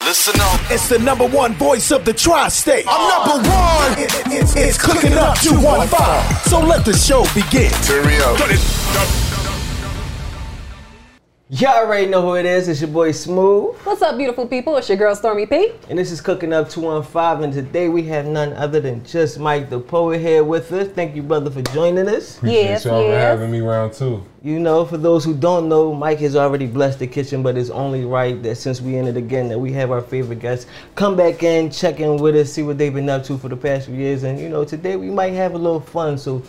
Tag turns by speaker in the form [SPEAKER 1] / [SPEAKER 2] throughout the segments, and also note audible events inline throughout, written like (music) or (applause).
[SPEAKER 1] Listen up.
[SPEAKER 2] It's the number one voice of the tri-state.
[SPEAKER 3] I'm number one.
[SPEAKER 2] It- it- it's, it's cooking up 215. So let the show begin.
[SPEAKER 3] Hurry up.
[SPEAKER 4] Y'all already know who it is. It's your boy Smooth,
[SPEAKER 5] What's up, beautiful people? It's your girl Stormy P.
[SPEAKER 4] and this is Cooking Up 215. And today we have none other than just Mike the Poet here with us. Thank you, brother, for joining us.
[SPEAKER 6] Appreciate
[SPEAKER 5] Yes,
[SPEAKER 6] y'all for
[SPEAKER 5] yes.
[SPEAKER 6] having me round two.
[SPEAKER 4] You know, for those who don't know, Mike has already blessed the kitchen, but it's only right that since we in it again, that we have our favorite guests come back in, check in with us, see what they've been up to for the past few years. And you know, today we might have a little fun, so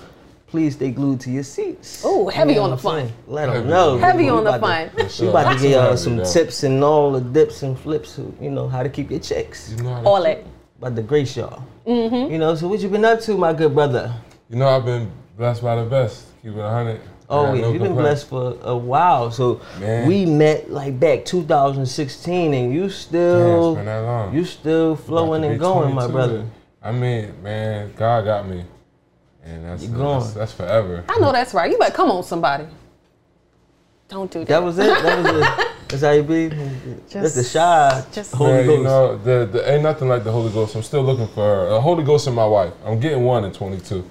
[SPEAKER 4] please stay glued to your seats.
[SPEAKER 5] Ooh, heavy
[SPEAKER 4] You know
[SPEAKER 5] on
[SPEAKER 4] what
[SPEAKER 5] the
[SPEAKER 4] I'm
[SPEAKER 5] fun.
[SPEAKER 4] saying? Let them
[SPEAKER 6] Heavy.
[SPEAKER 4] know.
[SPEAKER 5] Heavy
[SPEAKER 4] We
[SPEAKER 5] on the
[SPEAKER 4] about to-
[SPEAKER 5] fun.
[SPEAKER 4] We
[SPEAKER 6] So,
[SPEAKER 4] about to give y'all some
[SPEAKER 6] though.
[SPEAKER 4] tips and all the dips and flips, you know, how to keep your chicks.
[SPEAKER 6] You know, how to-
[SPEAKER 5] All it.
[SPEAKER 4] About the grace y'all. Mm-hmm. You know, so what you been up to, my good brother?
[SPEAKER 6] you know I've been blessed by the best. Keep it 100.
[SPEAKER 4] Oh,
[SPEAKER 6] Got
[SPEAKER 4] yeah,
[SPEAKER 6] no
[SPEAKER 4] you've been
[SPEAKER 6] complaints.
[SPEAKER 4] blessed for a while. So
[SPEAKER 6] Man.
[SPEAKER 4] we met like back 2016, and you still,
[SPEAKER 6] Damn, it's been that long.
[SPEAKER 4] you still
[SPEAKER 6] About to
[SPEAKER 4] flowing
[SPEAKER 6] be
[SPEAKER 4] and going, my
[SPEAKER 6] 22.
[SPEAKER 4] brother.
[SPEAKER 6] I mean, man, God got me. And that's,
[SPEAKER 4] You're
[SPEAKER 6] that's,
[SPEAKER 4] going.
[SPEAKER 6] that's forever.
[SPEAKER 5] I know that's right. You better come on, somebody. Don't do that.
[SPEAKER 4] That was it. That was
[SPEAKER 6] (laughs)
[SPEAKER 4] it. That's how you be. That's the
[SPEAKER 5] Just-
[SPEAKER 4] shy
[SPEAKER 5] just-
[SPEAKER 4] Holy
[SPEAKER 6] Man,
[SPEAKER 4] Ghost.
[SPEAKER 6] you know, the, the, ain't nothing like the Holy Ghost. I'm still looking for a Holy Ghost in my wife. I'm getting one in 22.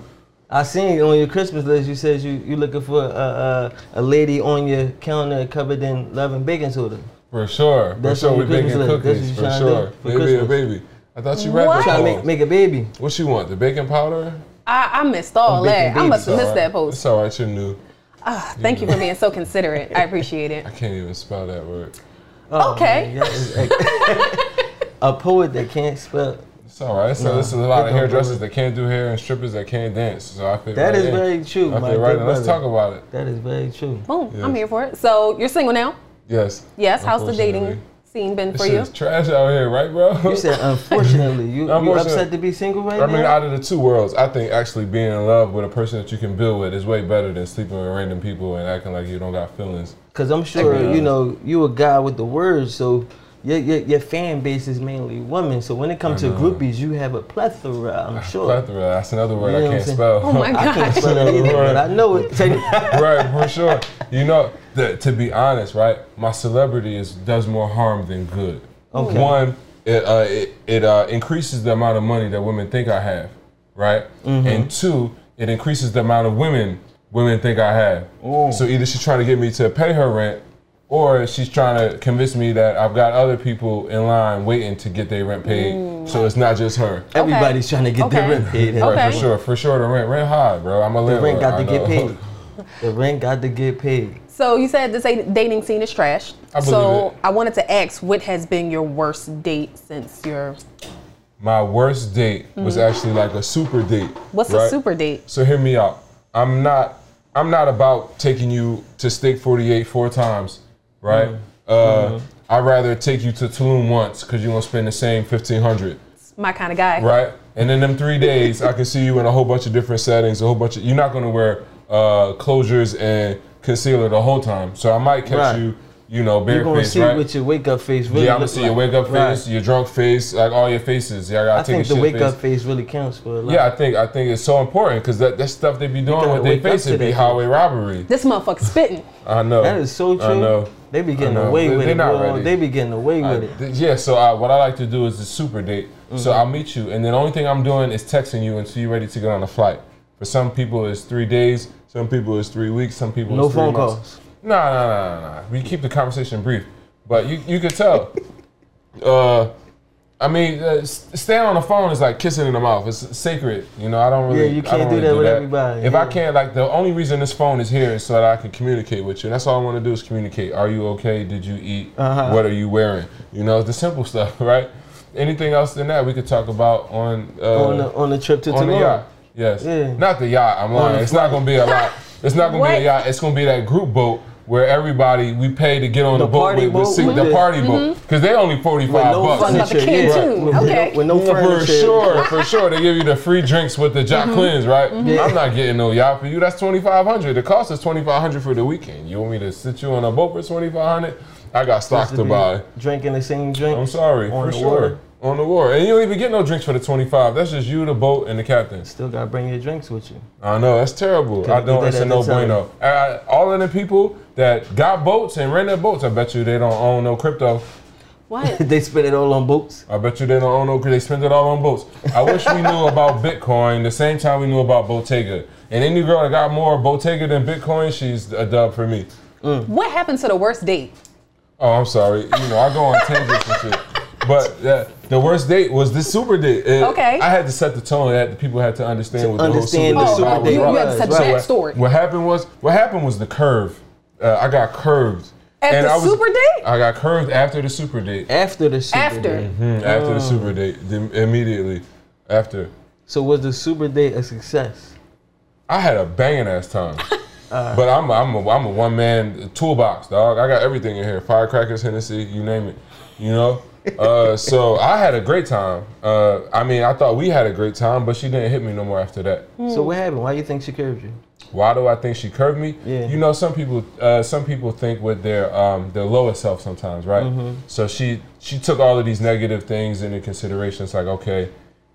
[SPEAKER 4] I seen on your Christmas list. You said you you looking for a, a, a lady on your counter covered in love and baking soda.
[SPEAKER 6] For sure.
[SPEAKER 4] That's
[SPEAKER 6] for sure,
[SPEAKER 4] on
[SPEAKER 6] we
[SPEAKER 4] your Christmas
[SPEAKER 6] baking
[SPEAKER 4] list. That's
[SPEAKER 6] cookies.
[SPEAKER 4] what you
[SPEAKER 6] For
[SPEAKER 4] tryna
[SPEAKER 6] sure.
[SPEAKER 4] do for
[SPEAKER 6] Baby, a
[SPEAKER 4] Christmas.
[SPEAKER 6] baby. I thought you
[SPEAKER 4] Trying
[SPEAKER 6] rapped
[SPEAKER 4] to
[SPEAKER 6] that
[SPEAKER 4] make
[SPEAKER 6] make,
[SPEAKER 4] make a baby.
[SPEAKER 6] What you want? The baking powder?
[SPEAKER 5] I, I missed all
[SPEAKER 4] I'm baking
[SPEAKER 5] that. I
[SPEAKER 4] babies,
[SPEAKER 5] must have
[SPEAKER 6] It's
[SPEAKER 5] missed
[SPEAKER 6] all right.
[SPEAKER 5] that post.
[SPEAKER 6] It's all right. You're new.
[SPEAKER 5] Ah, thank you for being so considerate. I appreciate it.
[SPEAKER 6] (laughs) I can't even spell that word.
[SPEAKER 4] Oh,
[SPEAKER 5] Okay.
[SPEAKER 4] man, that is ex- a (laughs) poet that can't spell.
[SPEAKER 6] It's all right. So
[SPEAKER 4] Nah,
[SPEAKER 6] this is a
[SPEAKER 4] it
[SPEAKER 6] lot of
[SPEAKER 4] don't
[SPEAKER 6] hairdressers
[SPEAKER 4] work.
[SPEAKER 6] that can't do hair and strippers that can't dance. So I fit
[SPEAKER 4] That
[SPEAKER 6] right
[SPEAKER 4] is
[SPEAKER 6] in.
[SPEAKER 4] very true,
[SPEAKER 6] I
[SPEAKER 4] my
[SPEAKER 6] fit
[SPEAKER 4] good
[SPEAKER 6] right in. Let's
[SPEAKER 4] brother.
[SPEAKER 6] talk about it.
[SPEAKER 4] That is very true.
[SPEAKER 5] Boom. I'm
[SPEAKER 6] Yes.
[SPEAKER 5] here for it. So you're single now.
[SPEAKER 6] Yes.
[SPEAKER 5] Yes. How's the dating
[SPEAKER 6] Unfortunately.
[SPEAKER 5] scene been
[SPEAKER 6] This
[SPEAKER 5] for you?
[SPEAKER 6] shit's trash out here, right, bro?
[SPEAKER 4] You said unfortunately. You, you
[SPEAKER 6] Unfortunate-
[SPEAKER 4] upset to be single right
[SPEAKER 6] (laughs) I mean,
[SPEAKER 4] now?
[SPEAKER 6] out of the two worlds, I think actually being in love with a person that you can build with is way better than sleeping with random people and acting like you don't got feelings.
[SPEAKER 4] Because I'm sure,
[SPEAKER 6] Yeah.
[SPEAKER 4] you know, you a guy with the words, so your, your, your fan base is mainly women. So when it comes to groupies, you have a plethora, I'm sure.
[SPEAKER 6] Plethora, that's another word
[SPEAKER 4] You know
[SPEAKER 6] (laughs) I
[SPEAKER 4] what I'm
[SPEAKER 6] can't
[SPEAKER 4] saying?
[SPEAKER 6] spell.
[SPEAKER 5] (laughs) Oh my
[SPEAKER 4] I can't
[SPEAKER 5] God.
[SPEAKER 4] spell it either, (laughs) but
[SPEAKER 6] (laughs)
[SPEAKER 4] I know it. (laughs)
[SPEAKER 6] right, for sure. You know, the, to be honest, right, my celebrity is does more harm than good.
[SPEAKER 4] Okay.
[SPEAKER 6] One, it uh, it, it uh, increases the amount of money that women think I have, right?
[SPEAKER 4] Mm-hmm.
[SPEAKER 6] And two, it increases the amount of women women think I have. So either she's trying to get me to pay her rent. Or she's trying to convince me that I've got other people in line waiting to get their rent paid, so it's not just her.
[SPEAKER 4] Everybody's trying to get their
[SPEAKER 5] Okay.
[SPEAKER 4] rent paid.
[SPEAKER 5] Okay.
[SPEAKER 6] For sure, for sure, the rent, rent high, bro. I'm a
[SPEAKER 4] The
[SPEAKER 6] landlord.
[SPEAKER 4] rent got to
[SPEAKER 6] I
[SPEAKER 4] get
[SPEAKER 6] know. (laughs)
[SPEAKER 4] paid. The rent got to get paid.
[SPEAKER 5] So you said this a- dating scene is trash.
[SPEAKER 6] I believe
[SPEAKER 5] so
[SPEAKER 6] it.
[SPEAKER 5] I wanted to ask, what has been your worst date since your?
[SPEAKER 6] My worst date was actually like a super date.
[SPEAKER 5] Mm-hmm. What's a
[SPEAKER 6] right?
[SPEAKER 5] super date?
[SPEAKER 6] So hear me out. I'm not I'm not about taking you to Steak 48 four times, right?
[SPEAKER 5] Mm-hmm.
[SPEAKER 6] Uh, I'd rather take you to Tulum once because you're gonna spend the same 1500,
[SPEAKER 5] My kind of guy.
[SPEAKER 6] right? And in them three days, I can see you in a whole bunch of different settings, a whole bunch of. You're not gonna wear uh, closures and concealer the whole time, so I might catch
[SPEAKER 4] Right.
[SPEAKER 6] you, you know,
[SPEAKER 4] You're going to
[SPEAKER 6] barefaced,
[SPEAKER 4] see
[SPEAKER 6] right?
[SPEAKER 4] what your wake up face really
[SPEAKER 6] yeah, I'm gonna
[SPEAKER 4] look
[SPEAKER 6] see
[SPEAKER 4] like.
[SPEAKER 6] your wake up face,
[SPEAKER 4] Right.
[SPEAKER 6] your drunk face, like all your faces. Yeah, I gotta
[SPEAKER 4] I
[SPEAKER 6] take
[SPEAKER 4] think
[SPEAKER 6] a
[SPEAKER 4] the
[SPEAKER 6] shit
[SPEAKER 4] wake
[SPEAKER 6] face.
[SPEAKER 4] up face really counts for a lot.
[SPEAKER 6] Yeah, I think I think it's so important because that, that stuff they be doing
[SPEAKER 4] gotta
[SPEAKER 6] with their
[SPEAKER 4] wake up
[SPEAKER 6] face
[SPEAKER 4] to
[SPEAKER 6] it be
[SPEAKER 4] that.
[SPEAKER 6] highway robbery.
[SPEAKER 5] This motherfucker spitting.
[SPEAKER 6] I know.
[SPEAKER 4] That is so true.
[SPEAKER 6] I know.
[SPEAKER 4] They be getting
[SPEAKER 6] know.
[SPEAKER 4] away
[SPEAKER 6] They-
[SPEAKER 4] with
[SPEAKER 6] they
[SPEAKER 4] it.
[SPEAKER 6] not
[SPEAKER 4] bro.
[SPEAKER 6] ready.
[SPEAKER 4] They be getting away
[SPEAKER 6] I-
[SPEAKER 4] with it. Mm-hmm.
[SPEAKER 6] th- yeah, so I, what I like to do is a super date. So I'll meet you, and the only thing I'm doing is texting you until you're ready to get on a flight. For some people, it's three days. Some people, it's three weeks. Some people,
[SPEAKER 4] No
[SPEAKER 6] it's three
[SPEAKER 4] phone
[SPEAKER 6] months.
[SPEAKER 4] calls.
[SPEAKER 6] Nah, nah, nah, nah, nah. We keep the conversation brief, but you you could tell. uh, I mean, uh, s- staying on the phone is like kissing in the mouth. It's sacred, you know. I don't really.
[SPEAKER 4] Yeah, you
[SPEAKER 6] I
[SPEAKER 4] can't
[SPEAKER 6] don't
[SPEAKER 4] do
[SPEAKER 6] really
[SPEAKER 4] that with everybody,
[SPEAKER 6] If
[SPEAKER 4] yeah.
[SPEAKER 6] I can't, like, the only reason this phone is here is so that I can communicate with you. And that's all I want to do is communicate. Are you okay? Did you eat?
[SPEAKER 4] Uh-huh.
[SPEAKER 6] What are you wearing? You know, the simple (laughs) stuff, right? Anything else than that we could talk about on uh,
[SPEAKER 4] on the on the trip to
[SPEAKER 6] on the
[SPEAKER 4] Tulum.
[SPEAKER 6] yacht. Yes.
[SPEAKER 4] Yeah.
[SPEAKER 6] Not the yacht. I'm lying.
[SPEAKER 4] the
[SPEAKER 6] It's not gonna be a lot. It's not gonna be
[SPEAKER 5] What?
[SPEAKER 6] a yacht. It's gonna be that group boat where everybody we pay to get on
[SPEAKER 4] The
[SPEAKER 6] the, boat
[SPEAKER 4] party
[SPEAKER 6] with, with
[SPEAKER 4] boat
[SPEAKER 6] six-
[SPEAKER 4] with
[SPEAKER 6] the
[SPEAKER 4] the-
[SPEAKER 6] party boat because they only forty
[SPEAKER 4] With
[SPEAKER 6] five
[SPEAKER 4] no
[SPEAKER 6] bucks.
[SPEAKER 5] Talking about the
[SPEAKER 4] furniture,
[SPEAKER 5] kid,
[SPEAKER 4] yeah.
[SPEAKER 5] too.
[SPEAKER 4] With,
[SPEAKER 5] Okay.
[SPEAKER 4] no, with no furniture,
[SPEAKER 6] for sure, for sure, they give you the free drinks with the Jacquelines, right? I'm not getting no yacht for you. That's twenty five hundred. The cost is twenty five hundred for the weekend. You want me to sit you on a boat for twenty five hundred? I got stock
[SPEAKER 4] to
[SPEAKER 6] to
[SPEAKER 4] be
[SPEAKER 6] buy.
[SPEAKER 4] Drinking the same drink.
[SPEAKER 6] I'm sorry,
[SPEAKER 4] On
[SPEAKER 6] for
[SPEAKER 4] the
[SPEAKER 6] sure.
[SPEAKER 4] water.
[SPEAKER 6] On the water, and you don't even get no drinks for the twenty five. That's just you, the boat, and the captain.
[SPEAKER 4] Still gotta bring your drinks with you.
[SPEAKER 6] I know that's terrible. I
[SPEAKER 4] do
[SPEAKER 6] don't.
[SPEAKER 4] that
[SPEAKER 6] It's a
[SPEAKER 4] at
[SPEAKER 6] no
[SPEAKER 4] the time.
[SPEAKER 6] bueno. I- I- all of the people that got boats and rented boats, I bet you they don't own no crypto. (laughs)
[SPEAKER 5] What?
[SPEAKER 4] they spend it all on boots.
[SPEAKER 6] I bet you they don't own no because they spent it all on boats. I wish we knew about Bitcoin the same time we knew about Bottega. And any girl that got more Bottega than Bitcoin, she's a dub for me.
[SPEAKER 5] what happened to the worst date?
[SPEAKER 6] Oh, I'm sorry. You know, I go on tangents and shit. But uh, the worst date was this super date. And
[SPEAKER 5] Okay.
[SPEAKER 6] I had to set the tone that the people had to understand what
[SPEAKER 4] Understand
[SPEAKER 6] the
[SPEAKER 4] the
[SPEAKER 6] whole
[SPEAKER 5] Oh,
[SPEAKER 6] super
[SPEAKER 4] super
[SPEAKER 5] right. You-
[SPEAKER 6] date.
[SPEAKER 4] date.
[SPEAKER 5] you had to
[SPEAKER 4] was,
[SPEAKER 5] set
[SPEAKER 4] right.
[SPEAKER 5] your- That story.
[SPEAKER 6] What happened was what happened was the curve. Uh, I got curved.
[SPEAKER 5] At the
[SPEAKER 6] I was-
[SPEAKER 5] super date?
[SPEAKER 6] I got curved after the super date.
[SPEAKER 4] After the super
[SPEAKER 5] After.
[SPEAKER 4] date.
[SPEAKER 6] Mm, After the super date, then immediately after.
[SPEAKER 4] So was the super date a success?
[SPEAKER 6] I had a banging ass time. but I'm a, I'm a, I'm a one man toolbox, dog. I got everything in here: firecrackers, Hennessy, you name it. You know. Uh, so I had a great time. Uh, I mean, I thought we had a great time, but she didn't hit me no more after that.
[SPEAKER 5] Hmm.
[SPEAKER 4] So what happened? Why you think she curved you?
[SPEAKER 6] Why do I think she curved me?
[SPEAKER 4] Yeah.
[SPEAKER 6] You know, some people uh, some people think with their um, their lower self sometimes, right?
[SPEAKER 4] Mm-hmm.
[SPEAKER 6] So she she took all of these negative things into consideration. It's like, okay,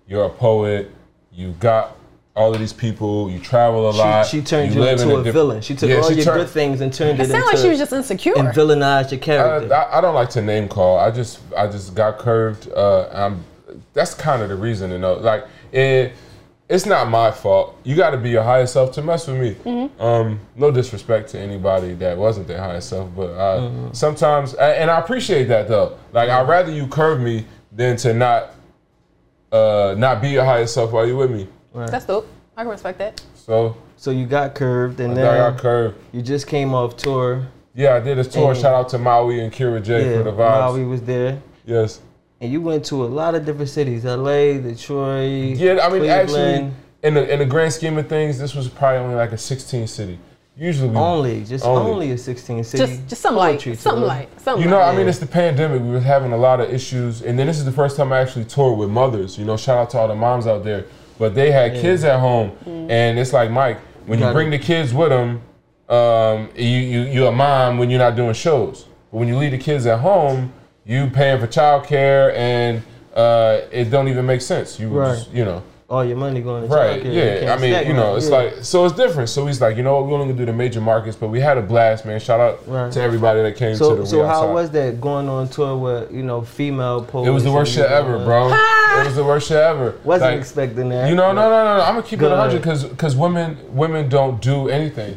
[SPEAKER 6] you're a poet, you got all of these people, you travel a lot.
[SPEAKER 4] She, she turned you,
[SPEAKER 6] live in
[SPEAKER 4] into a
[SPEAKER 6] diff-
[SPEAKER 4] villain. She took
[SPEAKER 6] Yeah,
[SPEAKER 4] all
[SPEAKER 6] she
[SPEAKER 4] your
[SPEAKER 6] turned-
[SPEAKER 4] good things and turned it,
[SPEAKER 5] It sounded
[SPEAKER 4] into
[SPEAKER 5] like she was just insecure.
[SPEAKER 4] and villainized your character.
[SPEAKER 6] I, I don't like to name call. I just I just got curved. Uh, I'm, that's kind of the reason, you know. Like it, it's not my fault. You got to be your higher self to mess with me. Um, no disrespect to anybody that wasn't their higher self, but I, sometimes a- and I appreciate that though. Like I'd rather you curve me than to not uh, not be your higher self while you with me.
[SPEAKER 5] That's dope. I can respect that.
[SPEAKER 6] So
[SPEAKER 4] so you got curved, and
[SPEAKER 6] I got
[SPEAKER 4] then
[SPEAKER 6] curved.
[SPEAKER 4] you just came off tour.
[SPEAKER 6] Yeah, I did a tour. Shout out to Maui and Kira J
[SPEAKER 4] Yeah,
[SPEAKER 6] for the vibes.
[SPEAKER 4] while we was there,
[SPEAKER 6] Yes.
[SPEAKER 4] and you went to a lot of different cities: L.A., Detroit.
[SPEAKER 6] Yeah, I mean, actually,
[SPEAKER 4] Cleveland.
[SPEAKER 6] in the in the grand scheme of things, this was probably only like a 16 city. Usually, we,
[SPEAKER 4] only just
[SPEAKER 6] Only.
[SPEAKER 4] only, a 16 city.
[SPEAKER 5] Just, just something like,
[SPEAKER 4] poetry
[SPEAKER 5] something
[SPEAKER 4] tour.
[SPEAKER 5] like, something.
[SPEAKER 6] you know,
[SPEAKER 5] like.
[SPEAKER 6] I mean, it's the pandemic. We were having a lot of issues, and then this is the first time I actually toured with mothers. You know, shout out to all the moms out there, but they had kids at home, and it's like Mike, when you,
[SPEAKER 4] Got it.
[SPEAKER 6] bring the kids with them, um, you you you're a mom when you're not doing shows, but when you leave the kids at home, you paying for childcare, and uh, it don't even make sense. You
[SPEAKER 4] Right.
[SPEAKER 6] just, you know.
[SPEAKER 4] all your money going to
[SPEAKER 6] Right.
[SPEAKER 4] childcare. You
[SPEAKER 6] Yeah.
[SPEAKER 4] can't
[SPEAKER 6] I mean,
[SPEAKER 4] stack
[SPEAKER 6] you
[SPEAKER 4] money.
[SPEAKER 6] know, it's
[SPEAKER 4] Yeah.
[SPEAKER 6] like so it's different. So he's like, you know what, we're only gonna do the major markets, but we had a blast, man. Shout out
[SPEAKER 4] Right.
[SPEAKER 6] to everybody that came to
[SPEAKER 4] So,
[SPEAKER 6] the
[SPEAKER 4] so
[SPEAKER 6] We
[SPEAKER 4] how
[SPEAKER 6] Outside.
[SPEAKER 4] was that going on tour with you know female poets?
[SPEAKER 6] It was the worst
[SPEAKER 4] and
[SPEAKER 6] shit ever,
[SPEAKER 4] (laughs) people?
[SPEAKER 6] bro. it was the worst shit ever.
[SPEAKER 4] Wasn't
[SPEAKER 6] Like,
[SPEAKER 4] expecting that.
[SPEAKER 6] You know, no, no, no, no. I'm gonna keep it
[SPEAKER 4] Good.
[SPEAKER 6] 100 because because women women don't do anything.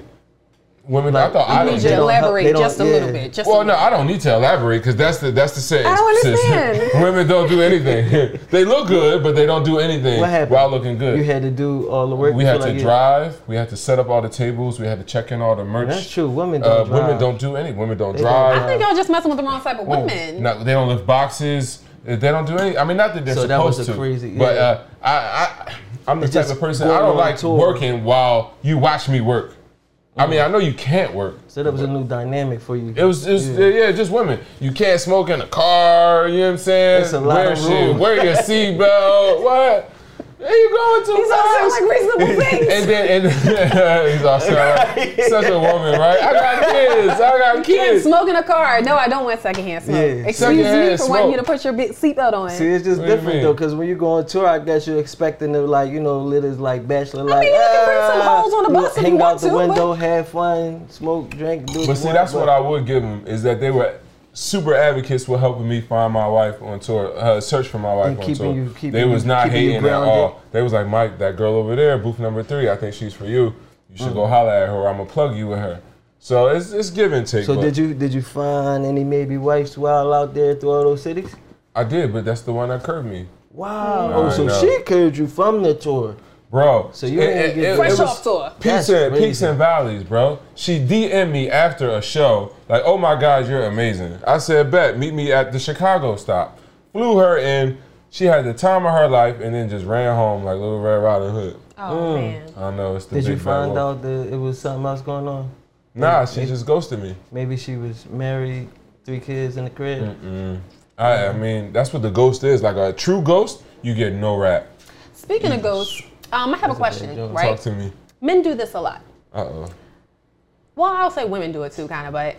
[SPEAKER 6] Women, I
[SPEAKER 4] Like,
[SPEAKER 6] thought I
[SPEAKER 5] I need
[SPEAKER 6] didn't.
[SPEAKER 5] you
[SPEAKER 4] they
[SPEAKER 5] to
[SPEAKER 6] do-
[SPEAKER 4] don't help-
[SPEAKER 5] elaborate
[SPEAKER 4] they don't-
[SPEAKER 5] just a
[SPEAKER 4] yeah.
[SPEAKER 5] little bit. Just
[SPEAKER 6] Well,
[SPEAKER 5] a
[SPEAKER 6] no,
[SPEAKER 5] little
[SPEAKER 6] I don't need to elaborate because that's the that's the saying.
[SPEAKER 5] I don't
[SPEAKER 6] sis.
[SPEAKER 5] understand.
[SPEAKER 6] (laughs) women don't
[SPEAKER 4] (laughs)
[SPEAKER 6] do anything. they look good, but they don't do anything
[SPEAKER 4] What happened?
[SPEAKER 6] while looking good.
[SPEAKER 4] You had to do all the work.
[SPEAKER 6] We
[SPEAKER 4] you
[SPEAKER 6] had
[SPEAKER 4] feel
[SPEAKER 6] to
[SPEAKER 4] like it-
[SPEAKER 6] drive. We had to set up all the tables. We had to check in all the merch.
[SPEAKER 4] That's true. Women don't
[SPEAKER 6] Uh,
[SPEAKER 4] drive.
[SPEAKER 6] women don't do any. Women don't
[SPEAKER 4] don't
[SPEAKER 6] drive.
[SPEAKER 4] drive.
[SPEAKER 5] I think y'all just messing with the wrong type of
[SPEAKER 6] Well,
[SPEAKER 5] women.
[SPEAKER 6] no, they don't lift boxes. Uh, They don't do any. I mean, not that they're
[SPEAKER 4] So
[SPEAKER 6] supposed
[SPEAKER 4] that was a
[SPEAKER 6] to.
[SPEAKER 4] crazy-
[SPEAKER 6] But
[SPEAKER 4] yeah.
[SPEAKER 6] uh, I, I, I'm the
[SPEAKER 4] It's
[SPEAKER 6] type
[SPEAKER 4] just
[SPEAKER 6] of person I
[SPEAKER 4] going
[SPEAKER 6] don't
[SPEAKER 4] on
[SPEAKER 6] like
[SPEAKER 4] tour. Mm.
[SPEAKER 6] working while you watch me work. I mean, I know you can't work.
[SPEAKER 4] So that was a new dynamic for you.
[SPEAKER 6] It was just yeah. yeah, just women. You can't smoke in a car. You know what I'm saying?
[SPEAKER 4] It's a lot
[SPEAKER 6] Wear
[SPEAKER 4] of
[SPEAKER 6] shit.
[SPEAKER 4] rules. (laughs)
[SPEAKER 6] Wear your seatbelt. what? Where you going to?
[SPEAKER 5] These all sound
[SPEAKER 6] Mike?
[SPEAKER 5] like reasonable things.
[SPEAKER 6] (laughs) And then, and then (laughs) he's all sad. Such a woman, right? I got kids. I got
[SPEAKER 5] Can't
[SPEAKER 6] kids.
[SPEAKER 5] smoke in a car. No, I don't want secondhand smoke.
[SPEAKER 4] Yeah.
[SPEAKER 5] Excuse me
[SPEAKER 6] Secondhand
[SPEAKER 5] for wanting
[SPEAKER 6] smoke.
[SPEAKER 5] you to put your big seatbelt on.
[SPEAKER 4] See, it's just
[SPEAKER 6] What do you mean?
[SPEAKER 4] different though, because when you go on tour, I guess you're expecting to like, you know, live as like bachelor life.
[SPEAKER 5] mean, you can bring some
[SPEAKER 4] Ah,
[SPEAKER 5] hoes on the
[SPEAKER 4] you
[SPEAKER 5] bus if
[SPEAKER 4] Hang
[SPEAKER 5] you
[SPEAKER 4] out
[SPEAKER 5] want
[SPEAKER 4] the
[SPEAKER 5] to,
[SPEAKER 4] window,
[SPEAKER 5] but-
[SPEAKER 4] have fun, smoke, drink. Do
[SPEAKER 6] But see, that's what I would give them is that they were super advocates for helping me find my wife on tour, uh, search for my wife
[SPEAKER 4] And
[SPEAKER 6] on
[SPEAKER 4] keeping
[SPEAKER 6] tour.
[SPEAKER 4] you- keeping
[SPEAKER 6] they was
[SPEAKER 4] you-
[SPEAKER 6] not
[SPEAKER 4] keeping you
[SPEAKER 6] hating at
[SPEAKER 4] grounded.
[SPEAKER 6] all. They was like, Mike, that girl over there, booth number three. I think she's for you. You should
[SPEAKER 4] Mm.
[SPEAKER 6] go holler at her. I'm gonna plug you with her. So it's it's give and take.
[SPEAKER 4] So
[SPEAKER 6] but
[SPEAKER 4] did you did you find any maybe wives while out there through all those cities?
[SPEAKER 6] I did, but that's the one that curved me,
[SPEAKER 4] Wow.
[SPEAKER 6] I
[SPEAKER 4] Oh, so
[SPEAKER 6] know.
[SPEAKER 4] she encouraged you from the tour.
[SPEAKER 6] bro.
[SPEAKER 4] So you ain't get-
[SPEAKER 5] Fresh
[SPEAKER 4] it was-
[SPEAKER 5] off tour.
[SPEAKER 6] Peaks
[SPEAKER 4] That's
[SPEAKER 6] and,
[SPEAKER 4] crazy.
[SPEAKER 6] peaks and valleys, bro. She DM'd me after a show, like, oh my God, you're amazing. I said, bet, meet me at the Chicago stop. Flew her in. She had the time of her life and then just ran home like Little Red Riding Hood.
[SPEAKER 5] Oh man.
[SPEAKER 6] I don't know. It's the
[SPEAKER 4] Did
[SPEAKER 6] big
[SPEAKER 4] you
[SPEAKER 6] bad
[SPEAKER 4] find
[SPEAKER 6] wolf.
[SPEAKER 4] out that it was something else going on?
[SPEAKER 6] Nah, she just ghosted me.
[SPEAKER 4] Maybe she was married, three kids in the crib.
[SPEAKER 6] I, I mean, that's what the ghost is. Like a true ghost, you get no rap.
[SPEAKER 5] Speaking of ghosts, um, I have a question,
[SPEAKER 4] joke.
[SPEAKER 6] Talk
[SPEAKER 5] right?
[SPEAKER 6] to me.
[SPEAKER 5] Men do this a lot.
[SPEAKER 6] Uh oh.
[SPEAKER 5] Well, I'll say women do it too, kind of, but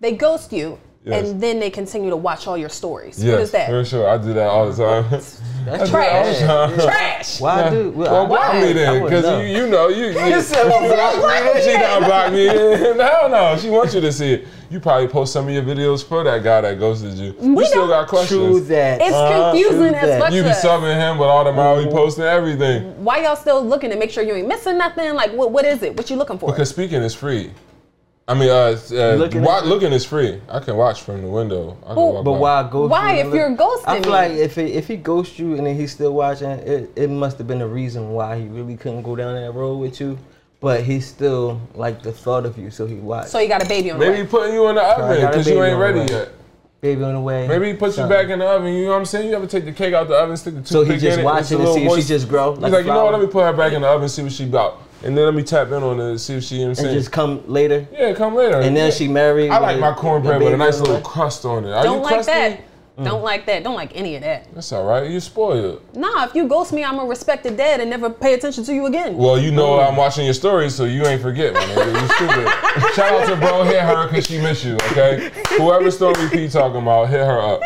[SPEAKER 5] they ghost you
[SPEAKER 6] Yes.
[SPEAKER 5] and then they continue to watch all your stories.
[SPEAKER 6] Yes,
[SPEAKER 5] What is that?
[SPEAKER 6] for sure. I do that all the time. (laughs)
[SPEAKER 4] That's
[SPEAKER 5] Trash.
[SPEAKER 4] trash.
[SPEAKER 5] Trash.
[SPEAKER 4] Why do?
[SPEAKER 6] Well, block me then, because you, you know
[SPEAKER 4] (laughs)
[SPEAKER 6] you. you
[SPEAKER 4] said, well, block
[SPEAKER 5] me
[SPEAKER 6] She
[SPEAKER 5] then.
[SPEAKER 6] not block me. (laughs) Hell no, she wants you to see it. You probably post some of your videos for that guy that ghosted you. We you still
[SPEAKER 5] don't-
[SPEAKER 6] got questions.
[SPEAKER 4] True that.
[SPEAKER 5] It's
[SPEAKER 4] Uh,
[SPEAKER 5] confusing
[SPEAKER 4] true that.
[SPEAKER 5] as fuck.
[SPEAKER 6] You be
[SPEAKER 5] to-
[SPEAKER 6] subbing him with all the mile
[SPEAKER 4] Mm-hmm.
[SPEAKER 6] he posting everything.
[SPEAKER 5] Why y'all still looking to make sure you ain't missing nothing? Like, what what is it? What you looking for?
[SPEAKER 6] Because speaking is free. I mean, uh, it's, uh,
[SPEAKER 4] Looking
[SPEAKER 6] looking,
[SPEAKER 4] is
[SPEAKER 6] wa-
[SPEAKER 4] free.
[SPEAKER 6] looking is free. I can watch from the window. I can
[SPEAKER 5] Well,
[SPEAKER 6] walk
[SPEAKER 4] But
[SPEAKER 6] by.
[SPEAKER 4] why ghost?
[SPEAKER 5] Why
[SPEAKER 4] you
[SPEAKER 5] if
[SPEAKER 4] and
[SPEAKER 5] you're
[SPEAKER 4] look- I
[SPEAKER 5] ghosting
[SPEAKER 4] feel
[SPEAKER 5] me?
[SPEAKER 4] like if he, if he ghosts you and then he's still watching, it, it must have been a reason why he really couldn't go down that road with you. But he still like the thought of you, so he watched.
[SPEAKER 5] so you got a baby on the
[SPEAKER 6] Maybe he
[SPEAKER 5] way.
[SPEAKER 6] putting you in the oven
[SPEAKER 4] gotta
[SPEAKER 6] because
[SPEAKER 4] be
[SPEAKER 6] you ain't
[SPEAKER 4] on
[SPEAKER 6] ready
[SPEAKER 4] the
[SPEAKER 6] yet.
[SPEAKER 4] Baby on the way.
[SPEAKER 6] Maybe he puts you
[SPEAKER 4] Something.
[SPEAKER 6] back in the oven. You know what I'm saying? You ever take the cake out the oven, stick the toothpick
[SPEAKER 4] So he
[SPEAKER 6] in
[SPEAKER 4] just
[SPEAKER 6] it, it's a
[SPEAKER 4] watching to
[SPEAKER 6] little
[SPEAKER 4] see if she
[SPEAKER 6] moist.
[SPEAKER 4] just grow.
[SPEAKER 6] He's like, you know what? Let me put her back in the oven, see what she about, and then let me tap in on her, and see if she. You know what I'm
[SPEAKER 4] and
[SPEAKER 6] saying?
[SPEAKER 4] just come later.
[SPEAKER 6] yeah, come later.
[SPEAKER 4] And then she married.
[SPEAKER 6] I like
[SPEAKER 4] with
[SPEAKER 6] my
[SPEAKER 4] a-
[SPEAKER 6] cornbread with
[SPEAKER 4] baby
[SPEAKER 6] a nice
[SPEAKER 4] on the
[SPEAKER 6] little
[SPEAKER 4] way.
[SPEAKER 6] crust on it. Are
[SPEAKER 5] Don't
[SPEAKER 6] you Mm.
[SPEAKER 5] like
[SPEAKER 6] crusty?
[SPEAKER 5] that. Don't like that. Don't like any of that.
[SPEAKER 6] That's all right. You spoiled.
[SPEAKER 5] Nah, if you ghost me, I'm gonna respect the dead and never pay attention to you again.
[SPEAKER 6] Well, you know
[SPEAKER 4] Mm.
[SPEAKER 6] I'm watching your stories, so you ain't forget, my nigga. You
[SPEAKER 5] (laughs)
[SPEAKER 6] stupid. Shout out to bro, hit her because she miss you, okay? Whoever Stormy P talking about, hit her up.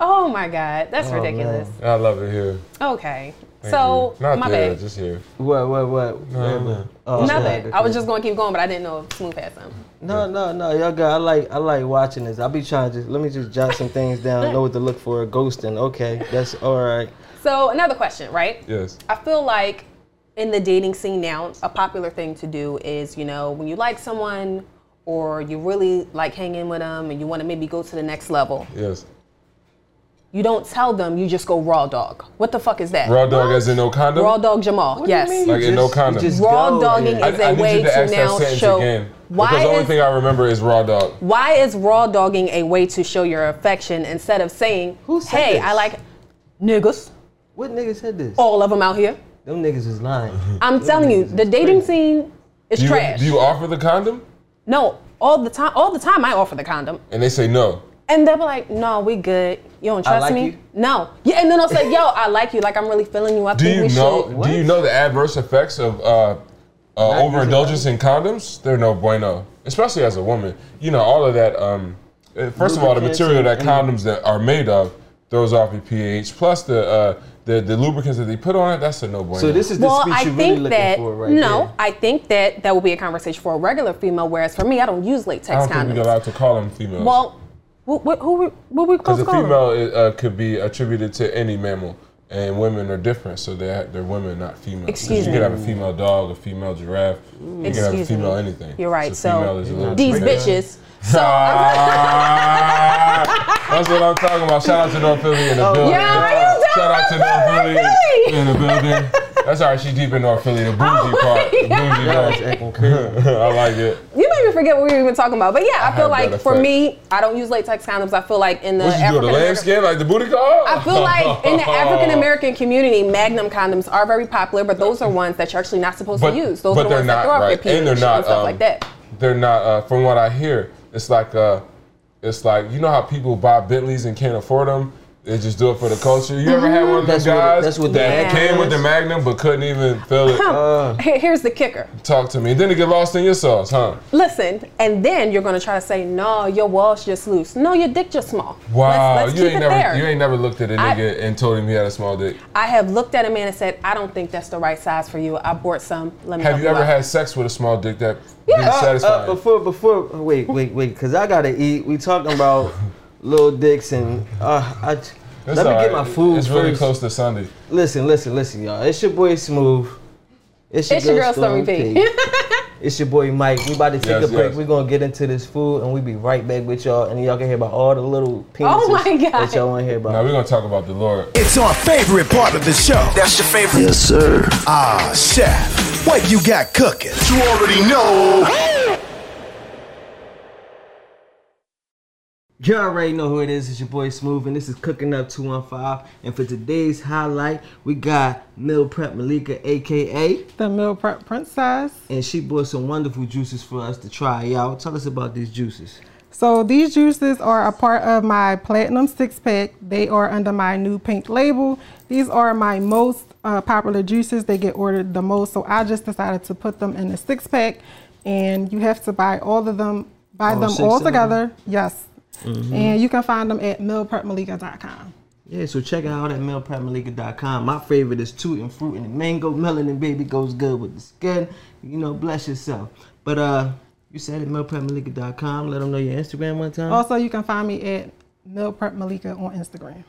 [SPEAKER 5] Oh my God, that's
[SPEAKER 4] man.
[SPEAKER 5] ridiculous.
[SPEAKER 6] I love it here.
[SPEAKER 5] Okay,
[SPEAKER 6] Thank
[SPEAKER 5] so
[SPEAKER 6] you. not
[SPEAKER 5] my
[SPEAKER 6] there,
[SPEAKER 5] bad.
[SPEAKER 6] just here.
[SPEAKER 4] What? What? What?
[SPEAKER 6] No, no.
[SPEAKER 4] Oh,
[SPEAKER 5] Nothing.
[SPEAKER 4] okay.
[SPEAKER 5] I was just gonna keep going, but I didn't know if Smooth had something.
[SPEAKER 4] No, no, no, y'all got. I like, I like watching this. I be trying to just let me just jot some things down. Know what to look for. Ghosting. Okay, that's all right.
[SPEAKER 5] So another question, right?
[SPEAKER 6] Yes.
[SPEAKER 5] I feel like in the dating scene now, a popular thing to do is, you know, when you like someone or you really like hanging with them and you want to maybe go to the next level,
[SPEAKER 6] Yes.
[SPEAKER 5] you don't tell them, you just go raw dog. What the fuck is that?
[SPEAKER 6] Raw dog as in no condom?
[SPEAKER 5] Raw dog Jamal. yes.
[SPEAKER 6] Like in no condom.
[SPEAKER 5] Raw dogging
[SPEAKER 4] dogging.
[SPEAKER 5] is- a way to now show- Why
[SPEAKER 6] because the only
[SPEAKER 5] is-
[SPEAKER 6] thing I remember is raw dog.
[SPEAKER 5] Why is raw dogging a way to show your affection instead of saying,
[SPEAKER 4] Who said
[SPEAKER 5] hey,
[SPEAKER 4] this?
[SPEAKER 5] I like niggas,
[SPEAKER 4] What niggas said this?
[SPEAKER 5] all of them out here?
[SPEAKER 4] Them niggas is lying.
[SPEAKER 5] I'm telling you,
[SPEAKER 4] niggas
[SPEAKER 5] the
[SPEAKER 4] is
[SPEAKER 5] dating
[SPEAKER 4] crazy.
[SPEAKER 5] scene is
[SPEAKER 6] Do you,
[SPEAKER 5] trash.
[SPEAKER 6] do you offer the condom?
[SPEAKER 5] no, all the time, all the time I offer the condom.
[SPEAKER 6] And they say no.
[SPEAKER 5] And they'll be like, no, we good. You don't
[SPEAKER 4] I
[SPEAKER 5] trust
[SPEAKER 4] like
[SPEAKER 5] me?
[SPEAKER 4] you.
[SPEAKER 5] No. Yeah, and then I'll say, yo, I like you. Like, I'm really feeling you. I
[SPEAKER 6] Do
[SPEAKER 5] think
[SPEAKER 6] you
[SPEAKER 5] we
[SPEAKER 6] know?
[SPEAKER 5] should.
[SPEAKER 6] Do you know the adverse effects of uh, uh,
[SPEAKER 4] using
[SPEAKER 6] overindulgence in condoms? They're no bueno, especially as a woman. You know all of that. Um, uh, first of all, the
[SPEAKER 4] Lubricants
[SPEAKER 6] material that
[SPEAKER 4] and-
[SPEAKER 6] condoms that are made of throws off your pH. Plus the uh, the, the lubricants that they put on it. That's a no bueno.
[SPEAKER 4] So this is the
[SPEAKER 5] Well,
[SPEAKER 4] speech
[SPEAKER 5] I
[SPEAKER 4] you're
[SPEAKER 5] think
[SPEAKER 4] really looking
[SPEAKER 5] that
[SPEAKER 4] for, right
[SPEAKER 5] no,
[SPEAKER 4] there.
[SPEAKER 5] I think that that will be a conversation for a regular female. Whereas for me, I don't use latex
[SPEAKER 6] I don't think
[SPEAKER 5] condoms.
[SPEAKER 6] we're allowed to call them females.
[SPEAKER 5] well, wh- wh- who we- what we
[SPEAKER 6] Because
[SPEAKER 5] supposed
[SPEAKER 6] a
[SPEAKER 5] to call them?
[SPEAKER 6] female is- uh, could be attributed to any mammal, and women are different, so they're, they're women, not females.
[SPEAKER 5] Excuse
[SPEAKER 6] you
[SPEAKER 5] me.
[SPEAKER 6] could have a female dog, a female giraffe, you could have a
[SPEAKER 5] Excuse me.
[SPEAKER 6] female anything.
[SPEAKER 5] You're right. So,
[SPEAKER 6] female is a little
[SPEAKER 5] These
[SPEAKER 6] different. (laughs)
[SPEAKER 5] bitches. So
[SPEAKER 6] Ah, that's what I'm talking about. Shout out to North Philly in the building.
[SPEAKER 5] Oh, yeah, you
[SPEAKER 6] Shout out to
[SPEAKER 5] don't know
[SPEAKER 6] North Philly
[SPEAKER 5] Philly. Oh,
[SPEAKER 6] in the building. That's all right. She deep in North Philly, the
[SPEAKER 5] (laughs)
[SPEAKER 6] bougie part, the bougie
[SPEAKER 4] That's
[SPEAKER 6] part.
[SPEAKER 4] acting crazy.
[SPEAKER 6] (laughs) I like it.
[SPEAKER 5] you made me forget what we were even talking about. But yeah, I,
[SPEAKER 6] I
[SPEAKER 5] feel
[SPEAKER 6] have
[SPEAKER 5] like
[SPEAKER 6] that
[SPEAKER 5] for
[SPEAKER 6] effect.
[SPEAKER 5] me, I don't use latex condoms. I feel like in the
[SPEAKER 6] What you do, the
[SPEAKER 5] African American.
[SPEAKER 6] lambskin, like the booty call?
[SPEAKER 5] I feel like in the African American community, Magnum condoms are very popular, but those are ones that you're actually not supposed
[SPEAKER 6] But-
[SPEAKER 5] to use. Those
[SPEAKER 6] but
[SPEAKER 5] are the
[SPEAKER 6] they're
[SPEAKER 5] ones
[SPEAKER 6] not,
[SPEAKER 5] that throw off
[SPEAKER 6] right.
[SPEAKER 5] your pH
[SPEAKER 6] And they're not,
[SPEAKER 5] stuff
[SPEAKER 6] um,
[SPEAKER 5] like that.
[SPEAKER 6] they're not uh, from what i hear it's like uh it's like you know how people buy bentleys and can't afford them they just do it for the culture you ever had one of
[SPEAKER 4] Mm-hmm. That's
[SPEAKER 6] those
[SPEAKER 4] what-
[SPEAKER 6] guys
[SPEAKER 4] that's what the
[SPEAKER 6] that
[SPEAKER 5] Magnum
[SPEAKER 6] came with the
[SPEAKER 4] is.
[SPEAKER 6] magnum but couldn't even feel
[SPEAKER 4] (laughs)
[SPEAKER 6] it
[SPEAKER 5] Here- Here's the kicker.
[SPEAKER 6] talk to me and then they get lost in your sauce huh
[SPEAKER 5] Listen, and then you're gonna try to say, no, your walls just loose. No, your dick just small. Let's-
[SPEAKER 6] wow
[SPEAKER 5] let's,
[SPEAKER 6] you
[SPEAKER 5] keep
[SPEAKER 6] ain't
[SPEAKER 5] it
[SPEAKER 6] never
[SPEAKER 5] there.
[SPEAKER 6] you ain't never looked at a
[SPEAKER 5] I-
[SPEAKER 6] nigga and told him he had a small dick
[SPEAKER 5] I have looked at a man and said, I don't think that's the right size for you. I bought some. Let me
[SPEAKER 6] have
[SPEAKER 5] help
[SPEAKER 6] you ever
[SPEAKER 5] out."
[SPEAKER 6] had sex with a small dick that
[SPEAKER 5] Yeah.
[SPEAKER 6] didn't
[SPEAKER 5] Uh,
[SPEAKER 6] satisfy
[SPEAKER 4] Uh,
[SPEAKER 6] you?
[SPEAKER 4] before, before, oh, wait, wait, wait, because I gotta eat. We talking about little dicks and uh, I, let
[SPEAKER 6] It's
[SPEAKER 4] me
[SPEAKER 6] all
[SPEAKER 4] get
[SPEAKER 6] right.
[SPEAKER 4] my food
[SPEAKER 6] it's
[SPEAKER 4] first.
[SPEAKER 6] really close to sunday
[SPEAKER 4] Listen, listen, listen, y'all. It's your boy Smooth.
[SPEAKER 5] It's your girl, Stormy P. (laughs)
[SPEAKER 4] It's your boy Mike. We about to take
[SPEAKER 6] Yes,
[SPEAKER 4] a break.
[SPEAKER 6] yes.
[SPEAKER 4] We're gonna get into this food and we be right back with y'all. And y'all can hear about all the little penises
[SPEAKER 5] Oh my God.
[SPEAKER 4] that y'all wanna hear about.
[SPEAKER 6] now we're gonna talk about the lord
[SPEAKER 2] It's our favorite part of the show.
[SPEAKER 1] That's your favorite. Yes, sir.
[SPEAKER 2] Ah, chef, what you got cooking?
[SPEAKER 1] You already know.
[SPEAKER 4] You already know who it is. It's your boy Smooth, and this is Cooking Up 215. And for today's highlight, we got Meal Prep Malika, aka,
[SPEAKER 3] The meal prep princess.
[SPEAKER 4] and she brought some wonderful juices for us to try out. Tell us about these juices.
[SPEAKER 3] So these juices are a part of my platinum six pack. They are under my new pink label. These are my most uh, popular juices. They get ordered the most. So I just decided to put them in a six pack, and you have to buy all of them, buy
[SPEAKER 4] All
[SPEAKER 3] them
[SPEAKER 4] six
[SPEAKER 3] all
[SPEAKER 4] of them? Mm-hmm.
[SPEAKER 3] together. Yes. And you can find them at mealprepmalika.com.
[SPEAKER 4] Yeah, so check out at MelPrimeLeague.com. My favorite is Toot and Fruit and Mango. Melanin Baby goes good with the skin. You know, bless yourself. But uh, you said at MelPrimeLeague.com. Let them know your Instagram one time.
[SPEAKER 3] Also, you can find me at Meal Prep Malika on Instagram.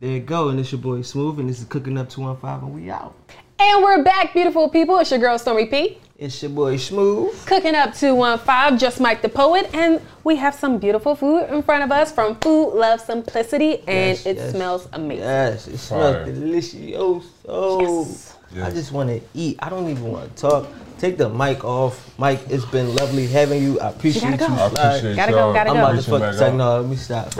[SPEAKER 4] There you go. And it's your boy Smooth, and this is Cooking Up 215, and we out.
[SPEAKER 5] And we're back, beautiful people. It's your girl, Stormy P.
[SPEAKER 4] It's your boy Smooth.
[SPEAKER 5] Cooking Up 215, just Mike the Poet. And we have some beautiful food in front of us from Food Love Simplicity, and
[SPEAKER 4] Yes,
[SPEAKER 5] it
[SPEAKER 4] yes.
[SPEAKER 5] smells amazing.
[SPEAKER 4] Yes, it
[SPEAKER 6] Fire.
[SPEAKER 4] smells delicious. Oh,
[SPEAKER 5] Yes.
[SPEAKER 4] I
[SPEAKER 6] Yes.
[SPEAKER 4] just want to eat. I don't even want to talk. Take the mic off. Mike, it's been lovely having you. I appreciate you.
[SPEAKER 5] go.
[SPEAKER 6] I
[SPEAKER 4] All right.
[SPEAKER 6] appreciate
[SPEAKER 5] Gotta go,
[SPEAKER 6] y'all.
[SPEAKER 5] gotta
[SPEAKER 4] I'm
[SPEAKER 5] go.
[SPEAKER 4] about to
[SPEAKER 6] reaching
[SPEAKER 4] fuck.
[SPEAKER 6] back
[SPEAKER 4] Say,
[SPEAKER 6] out.
[SPEAKER 4] no, let me
[SPEAKER 5] (laughs)
[SPEAKER 4] stop.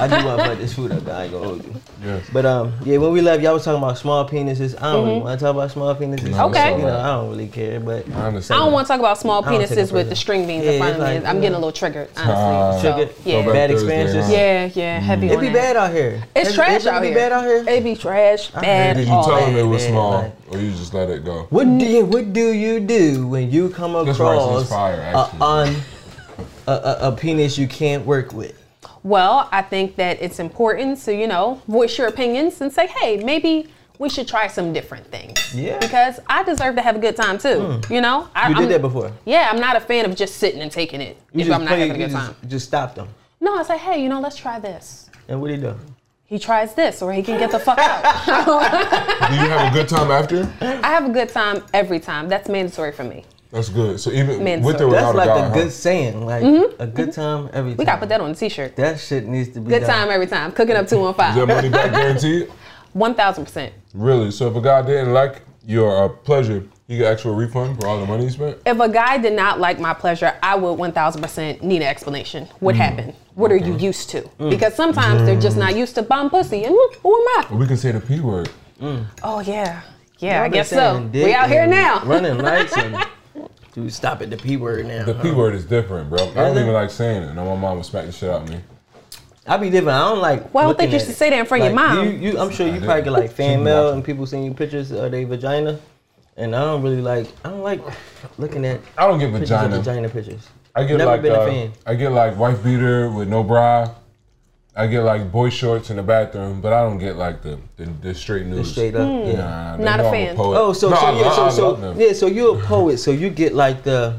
[SPEAKER 4] I do want to fuck this food up. but I ain't gonna hold you.
[SPEAKER 6] Yes.
[SPEAKER 4] But um, yeah, when we left, y'all was talking about small penises. I don't really want to talk about small penises.
[SPEAKER 6] No,
[SPEAKER 5] Mm-hmm. Okay.
[SPEAKER 6] it's
[SPEAKER 4] You know,
[SPEAKER 6] all right.
[SPEAKER 4] I don't really care. But
[SPEAKER 6] I
[SPEAKER 5] I
[SPEAKER 6] understand.
[SPEAKER 5] don't want to talk about small
[SPEAKER 4] I don't take it
[SPEAKER 5] penises with
[SPEAKER 4] further.
[SPEAKER 5] the string beans
[SPEAKER 4] Yeah,
[SPEAKER 5] in front of
[SPEAKER 4] it's
[SPEAKER 5] me.
[SPEAKER 4] like,
[SPEAKER 5] I'm
[SPEAKER 4] yeah.
[SPEAKER 5] getting a little triggered, honestly.
[SPEAKER 6] Ah.
[SPEAKER 5] so,
[SPEAKER 4] Triggered.
[SPEAKER 5] Yeah.
[SPEAKER 6] Go back
[SPEAKER 4] bad
[SPEAKER 6] Thursday,
[SPEAKER 4] experiences.
[SPEAKER 6] huh?
[SPEAKER 5] yeah, yeah, heavy
[SPEAKER 4] it
[SPEAKER 5] on
[SPEAKER 4] be
[SPEAKER 5] that.
[SPEAKER 4] bad out here.
[SPEAKER 5] It's
[SPEAKER 4] It-
[SPEAKER 5] trash
[SPEAKER 4] it
[SPEAKER 5] out
[SPEAKER 4] really
[SPEAKER 5] here.
[SPEAKER 4] Be bad out here.
[SPEAKER 5] It be trash, bad.
[SPEAKER 6] Did you
[SPEAKER 5] all
[SPEAKER 6] tell
[SPEAKER 5] that.
[SPEAKER 6] them it was
[SPEAKER 4] Yeah,
[SPEAKER 6] small,
[SPEAKER 4] like-
[SPEAKER 6] or you just let it go?
[SPEAKER 4] What do you what do you do when you come
[SPEAKER 6] This rice
[SPEAKER 4] across
[SPEAKER 6] is fire,
[SPEAKER 4] a,
[SPEAKER 6] actually.
[SPEAKER 4] un, a, a, a penis you can't work with?
[SPEAKER 5] Well, I think that it's important to, you know, voice your opinions and say, hey, maybe we should try some different things.
[SPEAKER 4] Yeah. Hmm.
[SPEAKER 5] Because I deserve to have a good time too. You know? I,
[SPEAKER 4] You did
[SPEAKER 5] I'm-
[SPEAKER 4] that before.
[SPEAKER 5] Yeah, I'm not a fan of just sitting and taking it
[SPEAKER 4] You
[SPEAKER 5] if I'm not
[SPEAKER 4] play-
[SPEAKER 5] having a good
[SPEAKER 4] you
[SPEAKER 5] time.
[SPEAKER 4] just, you just stop them.
[SPEAKER 5] No, I say, hey, you know, let's try this.
[SPEAKER 4] And what do you do?
[SPEAKER 5] He tries this or he can get the fuck out. (laughs)
[SPEAKER 6] Do you have a good time after?
[SPEAKER 5] I have a good time every time. That's mandatory for me.
[SPEAKER 6] That's good. So even
[SPEAKER 5] Man,
[SPEAKER 6] with
[SPEAKER 5] so-
[SPEAKER 6] or
[SPEAKER 4] That's
[SPEAKER 6] without a
[SPEAKER 4] like
[SPEAKER 6] guy,
[SPEAKER 4] a
[SPEAKER 6] huh?
[SPEAKER 4] good saying, like a good time every time.
[SPEAKER 5] Mm-hmm. We gotta put that on a t-shirt.
[SPEAKER 4] That shit needs to be
[SPEAKER 5] Good
[SPEAKER 4] done.
[SPEAKER 5] time every time. Cooking up
[SPEAKER 6] Is that
[SPEAKER 5] 215.
[SPEAKER 6] money back guaranteed?
[SPEAKER 5] 1000%.
[SPEAKER 6] Really? So if a guy didn't like your uh, pleasure, he got actual refund for all the money he spent?
[SPEAKER 5] if a guy did not like my pleasure, I would 1000% need an explanation. What
[SPEAKER 4] Mm.
[SPEAKER 5] happened? What are you used to? Because sometimes they're just
[SPEAKER 4] Mm.
[SPEAKER 5] not used to bum pussy. And who- who am I?
[SPEAKER 6] We can say the P word.
[SPEAKER 5] Oh, yeah. Yeah,
[SPEAKER 4] Y'all
[SPEAKER 5] I
[SPEAKER 4] been
[SPEAKER 5] guess
[SPEAKER 4] saying
[SPEAKER 5] so.
[SPEAKER 4] dick
[SPEAKER 5] We out here
[SPEAKER 4] and
[SPEAKER 5] now.
[SPEAKER 4] Running lights
[SPEAKER 5] (laughs)
[SPEAKER 4] and dude, stop at the p word now.
[SPEAKER 6] The P word is different, bro. I don't
[SPEAKER 4] Is it?
[SPEAKER 6] even like saying it. No, my mom would smack the shit out of me.
[SPEAKER 4] I be different. I don't like.
[SPEAKER 5] Well, I don't
[SPEAKER 4] looking
[SPEAKER 5] think you
[SPEAKER 4] at
[SPEAKER 5] should
[SPEAKER 4] it.
[SPEAKER 5] say that in front of your
[SPEAKER 4] Like,
[SPEAKER 5] mom.
[SPEAKER 4] You, you, I'm sure you
[SPEAKER 6] I
[SPEAKER 4] probably
[SPEAKER 6] didn't.
[SPEAKER 4] get like fan
[SPEAKER 6] She
[SPEAKER 4] mail
[SPEAKER 6] watching.
[SPEAKER 4] and people send you pictures of their vagina, and I don't really like. I don't like looking at
[SPEAKER 6] I don't get
[SPEAKER 4] pictures of
[SPEAKER 6] vagina.
[SPEAKER 4] vagina pictures.
[SPEAKER 6] I get
[SPEAKER 4] Never
[SPEAKER 6] like
[SPEAKER 4] been a
[SPEAKER 6] uh,
[SPEAKER 4] fan.
[SPEAKER 6] I get like wife beater with no bra. I get like boy shorts in the bathroom, but I don't get like the the, the straight
[SPEAKER 4] Just
[SPEAKER 6] news.
[SPEAKER 4] Straight up,
[SPEAKER 5] Hmm.
[SPEAKER 4] yeah.
[SPEAKER 6] Nah, they
[SPEAKER 5] Not a
[SPEAKER 6] know I'm
[SPEAKER 5] fan.
[SPEAKER 6] poet.
[SPEAKER 4] Oh, so
[SPEAKER 6] No,
[SPEAKER 4] so
[SPEAKER 6] I
[SPEAKER 4] yeah,
[SPEAKER 6] lo- I
[SPEAKER 4] so,
[SPEAKER 6] love
[SPEAKER 4] so
[SPEAKER 6] them.
[SPEAKER 4] yeah, so you're a poet, so you get like the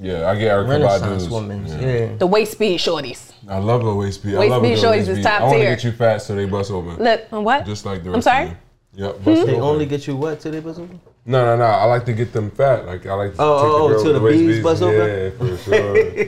[SPEAKER 6] Yeah, I get Erica
[SPEAKER 4] Renaissance
[SPEAKER 6] Badu's.
[SPEAKER 4] woman. Yeah.
[SPEAKER 5] The waist speed shorties.
[SPEAKER 6] I love a waist beat.
[SPEAKER 5] Waist
[SPEAKER 6] I love
[SPEAKER 5] beat
[SPEAKER 6] a good
[SPEAKER 5] shorties
[SPEAKER 6] waist
[SPEAKER 5] is
[SPEAKER 6] beat.
[SPEAKER 5] top
[SPEAKER 6] I wanna
[SPEAKER 5] tier.
[SPEAKER 6] get you fat so they bust open.
[SPEAKER 5] Look, and what?
[SPEAKER 6] Just like the
[SPEAKER 5] I'm
[SPEAKER 6] rest
[SPEAKER 5] sorry? Hmm?
[SPEAKER 6] of you. Yep, bust
[SPEAKER 4] They
[SPEAKER 6] open.
[SPEAKER 4] only get you what till they bust open?
[SPEAKER 6] No, no, no. I like to get them fat. Like I like to
[SPEAKER 4] Oh, oh, oh,
[SPEAKER 6] take the girl
[SPEAKER 4] till
[SPEAKER 6] with
[SPEAKER 4] the
[SPEAKER 6] waist
[SPEAKER 4] beads
[SPEAKER 6] beads.
[SPEAKER 4] bust
[SPEAKER 6] yeah,
[SPEAKER 4] open? (laughs)
[SPEAKER 6] for sure.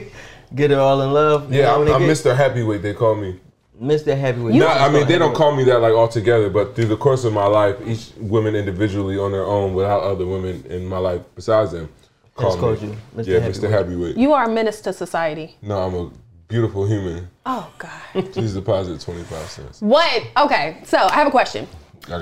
[SPEAKER 4] Get her all in love. You
[SPEAKER 6] yeah,
[SPEAKER 4] know
[SPEAKER 6] I'm,
[SPEAKER 4] what
[SPEAKER 6] I'm
[SPEAKER 4] get?
[SPEAKER 6] Mr. Happy Weight. They call me.
[SPEAKER 4] Mr. Happy with
[SPEAKER 6] No, I mean they don't call me that like altogether, but through the course of my life, each woman individually on their own, without other women in my life besides them, call
[SPEAKER 4] Has
[SPEAKER 6] me.
[SPEAKER 4] called you Mr.
[SPEAKER 6] Yeah,
[SPEAKER 4] Happy
[SPEAKER 6] Mr. Happy Weight.
[SPEAKER 5] You are a menace to society.
[SPEAKER 6] No, I'm a beautiful human.
[SPEAKER 5] Oh, God.
[SPEAKER 6] Please deposit twenty five
[SPEAKER 5] (laughs)
[SPEAKER 6] cents.
[SPEAKER 5] what? Okay, so I have a question.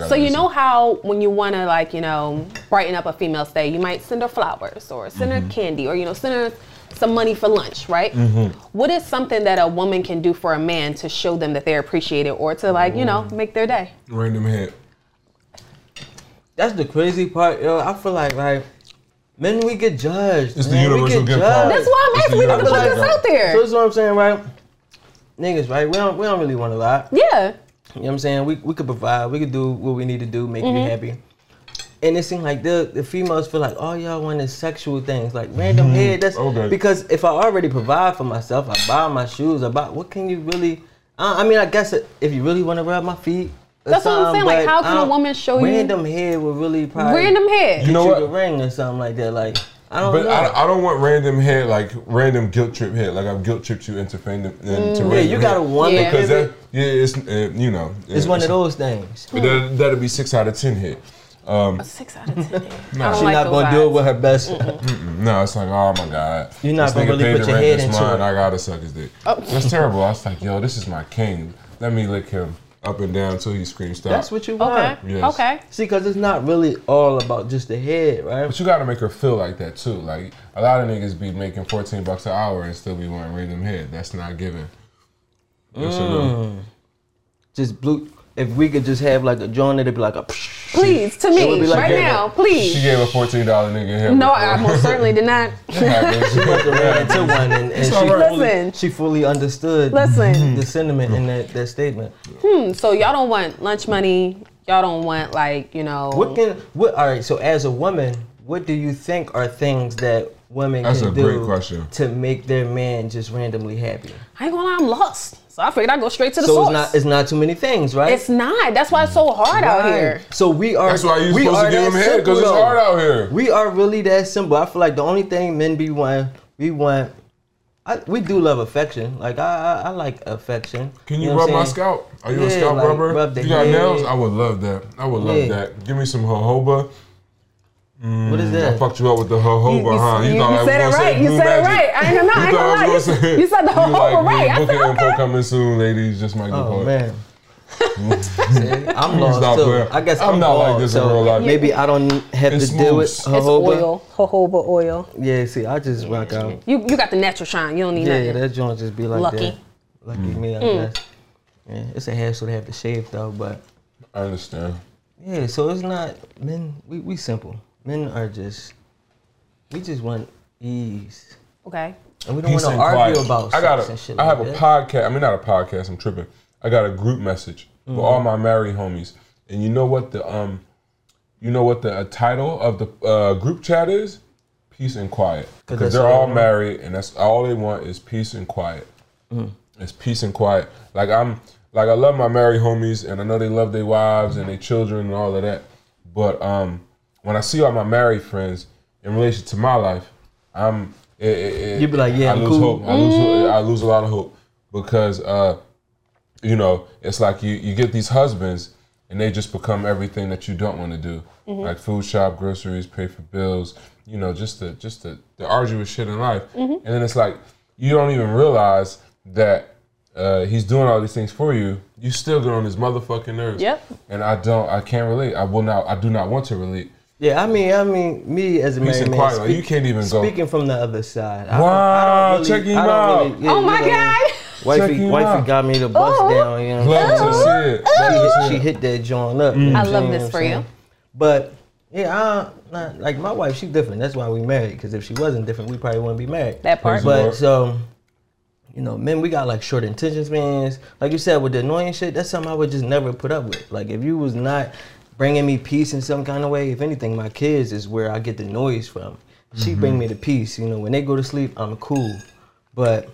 [SPEAKER 5] So you know how when you want to like you know brighten up a female's day, you might send her flowers or send
[SPEAKER 6] Mm-hmm.
[SPEAKER 5] her candy or you know send her some money for lunch, right?
[SPEAKER 6] Mm-hmm.
[SPEAKER 5] What is something that a woman can do for a man to show them that they're appreciated or to like you
[SPEAKER 6] Mm-hmm.
[SPEAKER 5] know make their day?
[SPEAKER 6] random hit.
[SPEAKER 4] That's the crazy part, yo. I feel like like men we get judged.
[SPEAKER 6] It's the
[SPEAKER 4] man. We
[SPEAKER 6] universal
[SPEAKER 4] get
[SPEAKER 6] good
[SPEAKER 4] judged.
[SPEAKER 6] part.
[SPEAKER 5] That's why I'm
[SPEAKER 6] It's
[SPEAKER 5] asking.
[SPEAKER 6] the
[SPEAKER 5] We about to put
[SPEAKER 6] universal
[SPEAKER 5] this out
[SPEAKER 4] So
[SPEAKER 5] there.
[SPEAKER 4] that's what I'm saying, right? Niggas, right? We don't we don't really want a lot.
[SPEAKER 5] Yeah.
[SPEAKER 4] You know what I'm saying? We we could provide, we could do what we need to do, make
[SPEAKER 5] Mm-hmm.
[SPEAKER 4] you happy. And it seems like the, the females feel like all y'all want is sexual things, like random head. That's
[SPEAKER 6] Okay.
[SPEAKER 4] because if I already provide for myself, I buy my shoes, I buy. What can you really? I, I mean, I guess if you really want to rub my feet, or
[SPEAKER 5] That's what I'm
[SPEAKER 4] something,
[SPEAKER 5] saying, like,
[SPEAKER 4] but
[SPEAKER 5] how can a
[SPEAKER 4] I don't-
[SPEAKER 5] woman show you-
[SPEAKER 4] Random head will really probably
[SPEAKER 5] Random head.
[SPEAKER 6] You know
[SPEAKER 4] get
[SPEAKER 6] what?
[SPEAKER 4] you the ring or something like that. Like I
[SPEAKER 5] Oh,
[SPEAKER 4] don't
[SPEAKER 6] But
[SPEAKER 4] know.
[SPEAKER 6] I, I don't want random head like random guilt trip head. Like I've guilt tripped you into fandom. Into
[SPEAKER 4] Mm. yeah,
[SPEAKER 6] random
[SPEAKER 4] you got to
[SPEAKER 6] hit.
[SPEAKER 4] wonder
[SPEAKER 5] Yeah.
[SPEAKER 6] Because
[SPEAKER 4] because
[SPEAKER 6] that, yeah, it's uh, you know,
[SPEAKER 4] it's one of those things.
[SPEAKER 6] That, that'll be six out of ten hit.
[SPEAKER 5] A six out of ten. I
[SPEAKER 6] Nah. She
[SPEAKER 5] don't
[SPEAKER 4] She's
[SPEAKER 5] like
[SPEAKER 4] not
[SPEAKER 5] those
[SPEAKER 4] gonna do it
[SPEAKER 5] eyes.
[SPEAKER 4] with her best.
[SPEAKER 6] No, it's like, oh my god,
[SPEAKER 4] You're not
[SPEAKER 6] This
[SPEAKER 4] gonna
[SPEAKER 6] nigga
[SPEAKER 4] really
[SPEAKER 6] paid
[SPEAKER 4] put
[SPEAKER 6] the
[SPEAKER 4] your
[SPEAKER 6] rent,
[SPEAKER 4] head
[SPEAKER 6] it's
[SPEAKER 4] into
[SPEAKER 6] mine,
[SPEAKER 4] it.
[SPEAKER 6] I gotta suck his dick.
[SPEAKER 5] Oh.
[SPEAKER 6] That's terrible. I was like, yo, this is my king. Let me lick him up and down till he screams stop.
[SPEAKER 4] That's what you want.
[SPEAKER 5] Okay.
[SPEAKER 6] Yes.
[SPEAKER 5] Okay.
[SPEAKER 4] See, because it's not really all about just the head, right?
[SPEAKER 6] But you gotta make her feel like that too. Like a lot of niggas be making fourteen bucks an hour and still be
[SPEAKER 4] Mm.
[SPEAKER 6] wanting random head. That's not giving. That's a no.
[SPEAKER 4] Just blue. if we could just have like a joint, it'd be like a. (laughs)
[SPEAKER 5] Please, to
[SPEAKER 4] It would
[SPEAKER 5] me,
[SPEAKER 4] be like
[SPEAKER 5] right
[SPEAKER 4] that.
[SPEAKER 5] now,
[SPEAKER 6] She
[SPEAKER 5] please.
[SPEAKER 6] gave a $14 nigga here.
[SPEAKER 5] No, I I most
[SPEAKER 6] (laughs)
[SPEAKER 5] certainly
[SPEAKER 4] (laughs)
[SPEAKER 5] did not.
[SPEAKER 4] into one, and, and she,
[SPEAKER 6] all right.
[SPEAKER 4] fully,
[SPEAKER 5] Listen.
[SPEAKER 4] she fully understood
[SPEAKER 5] Listen.
[SPEAKER 4] the sentiment in that, that statement.
[SPEAKER 5] So y'all don't want lunch money. Y'all don't want like you know.
[SPEAKER 4] What can what? All right. So as a woman, what do you think are things that women
[SPEAKER 6] That's
[SPEAKER 4] can
[SPEAKER 6] a
[SPEAKER 4] do
[SPEAKER 6] great question.
[SPEAKER 4] to make their man just randomly happy?
[SPEAKER 5] I ain't gonna lie, I'm lost. So I figured I'd go straight to the
[SPEAKER 4] so
[SPEAKER 5] source.
[SPEAKER 4] it's not it's not too many things, right?
[SPEAKER 5] It's not. That's why it's so hard out
[SPEAKER 4] Right.
[SPEAKER 5] here.
[SPEAKER 4] So we are.
[SPEAKER 6] That's why you
[SPEAKER 4] we
[SPEAKER 6] supposed to
[SPEAKER 4] are
[SPEAKER 6] give
[SPEAKER 4] that
[SPEAKER 6] him head, 'cause it's
[SPEAKER 4] simple, though.
[SPEAKER 6] hard out here.
[SPEAKER 4] We are really that simple. I feel like the only thing men be want, we want. I, we do love affection. Like I, I, I like affection.
[SPEAKER 6] Can you,
[SPEAKER 4] know what
[SPEAKER 6] rub
[SPEAKER 4] I'm
[SPEAKER 6] my
[SPEAKER 4] saying?
[SPEAKER 6] scalp? Are you a
[SPEAKER 4] Yeah,
[SPEAKER 6] scalp
[SPEAKER 4] like,
[SPEAKER 6] rubber?
[SPEAKER 4] rub the
[SPEAKER 6] you got
[SPEAKER 4] head.
[SPEAKER 6] nails? I would love that. I would love
[SPEAKER 4] Yeah.
[SPEAKER 6] that. Give me some jojoba.
[SPEAKER 4] What is that?
[SPEAKER 6] Mm. I fucked you up with the jojoba, huh?
[SPEAKER 5] you-
[SPEAKER 6] thought
[SPEAKER 5] you
[SPEAKER 6] I was
[SPEAKER 5] said it
[SPEAKER 6] gonna say
[SPEAKER 5] right. You
[SPEAKER 6] blue
[SPEAKER 5] said it
[SPEAKER 6] magic.
[SPEAKER 5] right. I ain't gonna- I ain't
[SPEAKER 6] thought
[SPEAKER 5] gonna
[SPEAKER 6] was
[SPEAKER 5] lie.
[SPEAKER 6] gonna
[SPEAKER 5] You- you said the
[SPEAKER 6] (laughs) you like,
[SPEAKER 5] jojoba right.
[SPEAKER 6] yeah,
[SPEAKER 5] I
[SPEAKER 6] Book
[SPEAKER 5] said,
[SPEAKER 6] it and
[SPEAKER 5] okay.
[SPEAKER 6] Poe coming soon, ladies. Just might
[SPEAKER 4] Oh
[SPEAKER 6] go
[SPEAKER 5] (laughs)
[SPEAKER 4] man. See, I'm lost
[SPEAKER 6] not
[SPEAKER 4] too.
[SPEAKER 6] playing.
[SPEAKER 4] I guess
[SPEAKER 6] I'm
[SPEAKER 4] I'm,
[SPEAKER 6] not like
[SPEAKER 4] bald,
[SPEAKER 6] this in
[SPEAKER 4] so
[SPEAKER 6] real life.
[SPEAKER 4] Maybe I don't have
[SPEAKER 6] It's
[SPEAKER 4] to deal with
[SPEAKER 6] smooths.
[SPEAKER 5] It's
[SPEAKER 4] jojoba.
[SPEAKER 5] oil, jojoba oil.
[SPEAKER 4] Yeah, see, I just rock out.
[SPEAKER 5] You you got the natural shine. You don't need
[SPEAKER 4] Yeah,
[SPEAKER 5] nothing.
[SPEAKER 4] that joint just be like that.
[SPEAKER 5] Lucky. Mm.
[SPEAKER 4] Lucky
[SPEAKER 6] Mm.
[SPEAKER 4] me, I guess. Yeah, it's a hassle to have to shave though, but
[SPEAKER 6] I understand.
[SPEAKER 4] yeah. So it's not men. We we simple. Men are just we just want ease,
[SPEAKER 5] Okay.
[SPEAKER 4] and we don't
[SPEAKER 6] Peace
[SPEAKER 4] want to
[SPEAKER 6] and
[SPEAKER 4] argue
[SPEAKER 6] quiet.
[SPEAKER 4] about
[SPEAKER 6] I
[SPEAKER 4] sex
[SPEAKER 6] got a,
[SPEAKER 4] and shit
[SPEAKER 6] I
[SPEAKER 4] like
[SPEAKER 6] have a
[SPEAKER 4] that.
[SPEAKER 6] podcast. I mean, not a podcast. I'm tripping. I got a group message
[SPEAKER 4] Mm-hmm.
[SPEAKER 6] with all my married homies, and you know what the um, you know what the uh, title of the uh, group chat is? Peace and quiet. Because
[SPEAKER 4] that's
[SPEAKER 6] they're
[SPEAKER 4] all they
[SPEAKER 6] all
[SPEAKER 4] want.
[SPEAKER 6] married, and that's all they want is peace and quiet.
[SPEAKER 4] Mm.
[SPEAKER 6] It's peace and quiet. Like I'm, like I love my married homies, and I know they love their wives and their children and all of that. But um, when I see all my married friends in relation to my life, I'm. It, it, it-
[SPEAKER 4] You be like, yeah,
[SPEAKER 6] I
[SPEAKER 4] I'm
[SPEAKER 6] lose
[SPEAKER 4] cool.
[SPEAKER 6] hope. I lose, hope. I lose a lot of hope because uh, you know, it's like you, you get these husbands and they just become everything that you don't want to do.
[SPEAKER 5] Mm-hmm.
[SPEAKER 6] Like food shop, groceries, pay for bills, you know, just the just the, the arduous shit in life.
[SPEAKER 5] Mm-hmm.
[SPEAKER 6] And then it's like you don't even realize that uh, he's doing all these things for you. You still get on his motherfucking nerves.
[SPEAKER 5] Yep.
[SPEAKER 6] And I don't I can't relate. I will not I do not want to relate.
[SPEAKER 4] Yeah, I mean, I mean, me as a
[SPEAKER 6] Peace
[SPEAKER 4] married
[SPEAKER 6] and
[SPEAKER 4] man,
[SPEAKER 6] quiet. like, you can't even go.
[SPEAKER 4] speaking from the other side. I don't-
[SPEAKER 6] Wow,
[SPEAKER 4] I don't
[SPEAKER 6] check him
[SPEAKER 4] I don't
[SPEAKER 6] out.
[SPEAKER 4] yeah,
[SPEAKER 5] Oh
[SPEAKER 4] you
[SPEAKER 5] my
[SPEAKER 4] know,
[SPEAKER 5] God.
[SPEAKER 6] Check
[SPEAKER 4] Wifey,
[SPEAKER 6] him
[SPEAKER 4] wifey
[SPEAKER 6] out.
[SPEAKER 4] got me to bust
[SPEAKER 5] Oh.
[SPEAKER 4] down. You know what I'm saying?
[SPEAKER 6] Love to see it. Love to
[SPEAKER 4] she, hit,
[SPEAKER 6] see
[SPEAKER 4] she
[SPEAKER 6] it.
[SPEAKER 4] hit that joint up.
[SPEAKER 6] Mm.
[SPEAKER 5] I love this for you.
[SPEAKER 4] But yeah, I, not, like my wife, she different. That's why we married. Because if she wasn't different, we probably wouldn't be married.
[SPEAKER 5] That part.
[SPEAKER 6] Praise the
[SPEAKER 4] But
[SPEAKER 6] Lord.
[SPEAKER 4] so, you know, men, we got like short intentions, man. Like you said, with the annoying shit, that's something I would just never put up with. Like if you was not bringing me peace in some kind of way, if anything, my kids is where I get the noise from. She bring me the peace. You know, when they go to sleep, I'm cool. But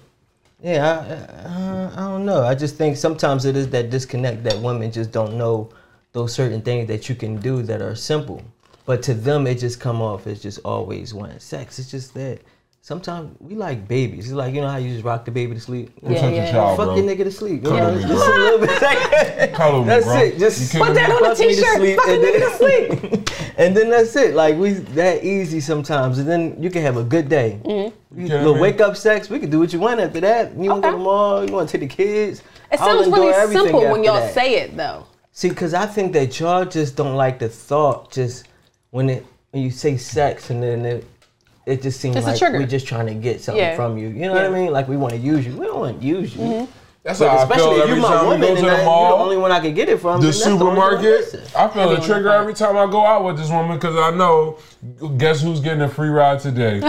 [SPEAKER 4] yeah, I, I, I don't know. I just think sometimes it is that disconnect that women just don't know those certain things that you can do that are simple. But to them, it just come off as just always wanting sex. It's just that sometimes we like babies. It's like, you know how you just rock the baby to sleep?
[SPEAKER 6] I'm
[SPEAKER 5] Yeah,
[SPEAKER 6] such a
[SPEAKER 5] yeah.
[SPEAKER 6] child,
[SPEAKER 4] Fuck
[SPEAKER 6] bro.
[SPEAKER 4] your nigga to sleep. You
[SPEAKER 6] Come
[SPEAKER 4] know,
[SPEAKER 6] on,
[SPEAKER 4] just
[SPEAKER 6] bro.
[SPEAKER 4] a little bit. (laughs)
[SPEAKER 6] Cuddle me,
[SPEAKER 4] that's
[SPEAKER 6] bro.
[SPEAKER 4] it.
[SPEAKER 6] You
[SPEAKER 4] Just
[SPEAKER 6] kidding Put that me?
[SPEAKER 5] on a
[SPEAKER 4] Fuck me to
[SPEAKER 5] t-shirt.
[SPEAKER 4] sleep,
[SPEAKER 5] Fuck a
[SPEAKER 4] and (laughs)
[SPEAKER 5] nigga
[SPEAKER 4] then- and then that's it. Like we that easy sometimes. And then you can have a good day.
[SPEAKER 5] Mm-hmm.
[SPEAKER 4] You
[SPEAKER 6] kidding
[SPEAKER 4] little
[SPEAKER 6] me?
[SPEAKER 4] wake up sex. We can do what you want after that. You want to go to
[SPEAKER 5] Okay.
[SPEAKER 4] the mall. You want to take the kids.
[SPEAKER 5] It
[SPEAKER 4] I'll
[SPEAKER 5] sounds
[SPEAKER 4] enjoy
[SPEAKER 5] really
[SPEAKER 4] everything
[SPEAKER 5] simple when
[SPEAKER 4] after
[SPEAKER 5] y'all
[SPEAKER 4] that.
[SPEAKER 5] say it though.
[SPEAKER 4] See, because I think that y'all just don't like the thought. Just when it when you say sex and then it. It just seems
[SPEAKER 5] It's a
[SPEAKER 4] like
[SPEAKER 5] trigger.
[SPEAKER 4] we're just trying to get something
[SPEAKER 5] Yeah.
[SPEAKER 4] from you. You know what I
[SPEAKER 5] Yeah. Mm-hmm.
[SPEAKER 4] mean? Like we want to use you. We don't want to use you.
[SPEAKER 6] That's
[SPEAKER 4] But
[SPEAKER 6] how I feel
[SPEAKER 4] especially if
[SPEAKER 6] every
[SPEAKER 4] you my
[SPEAKER 6] time we
[SPEAKER 4] woman
[SPEAKER 6] go to
[SPEAKER 4] and
[SPEAKER 6] the
[SPEAKER 4] I- you're the
[SPEAKER 6] mall.
[SPEAKER 4] only one I could get it from.
[SPEAKER 6] the
[SPEAKER 4] then that's only one I'm
[SPEAKER 6] supermarket.
[SPEAKER 4] missing.
[SPEAKER 6] I feel the
[SPEAKER 5] Everyone
[SPEAKER 6] trigger
[SPEAKER 5] apart.
[SPEAKER 6] every time I go out with this woman because I know. Guess who's getting a free ride today?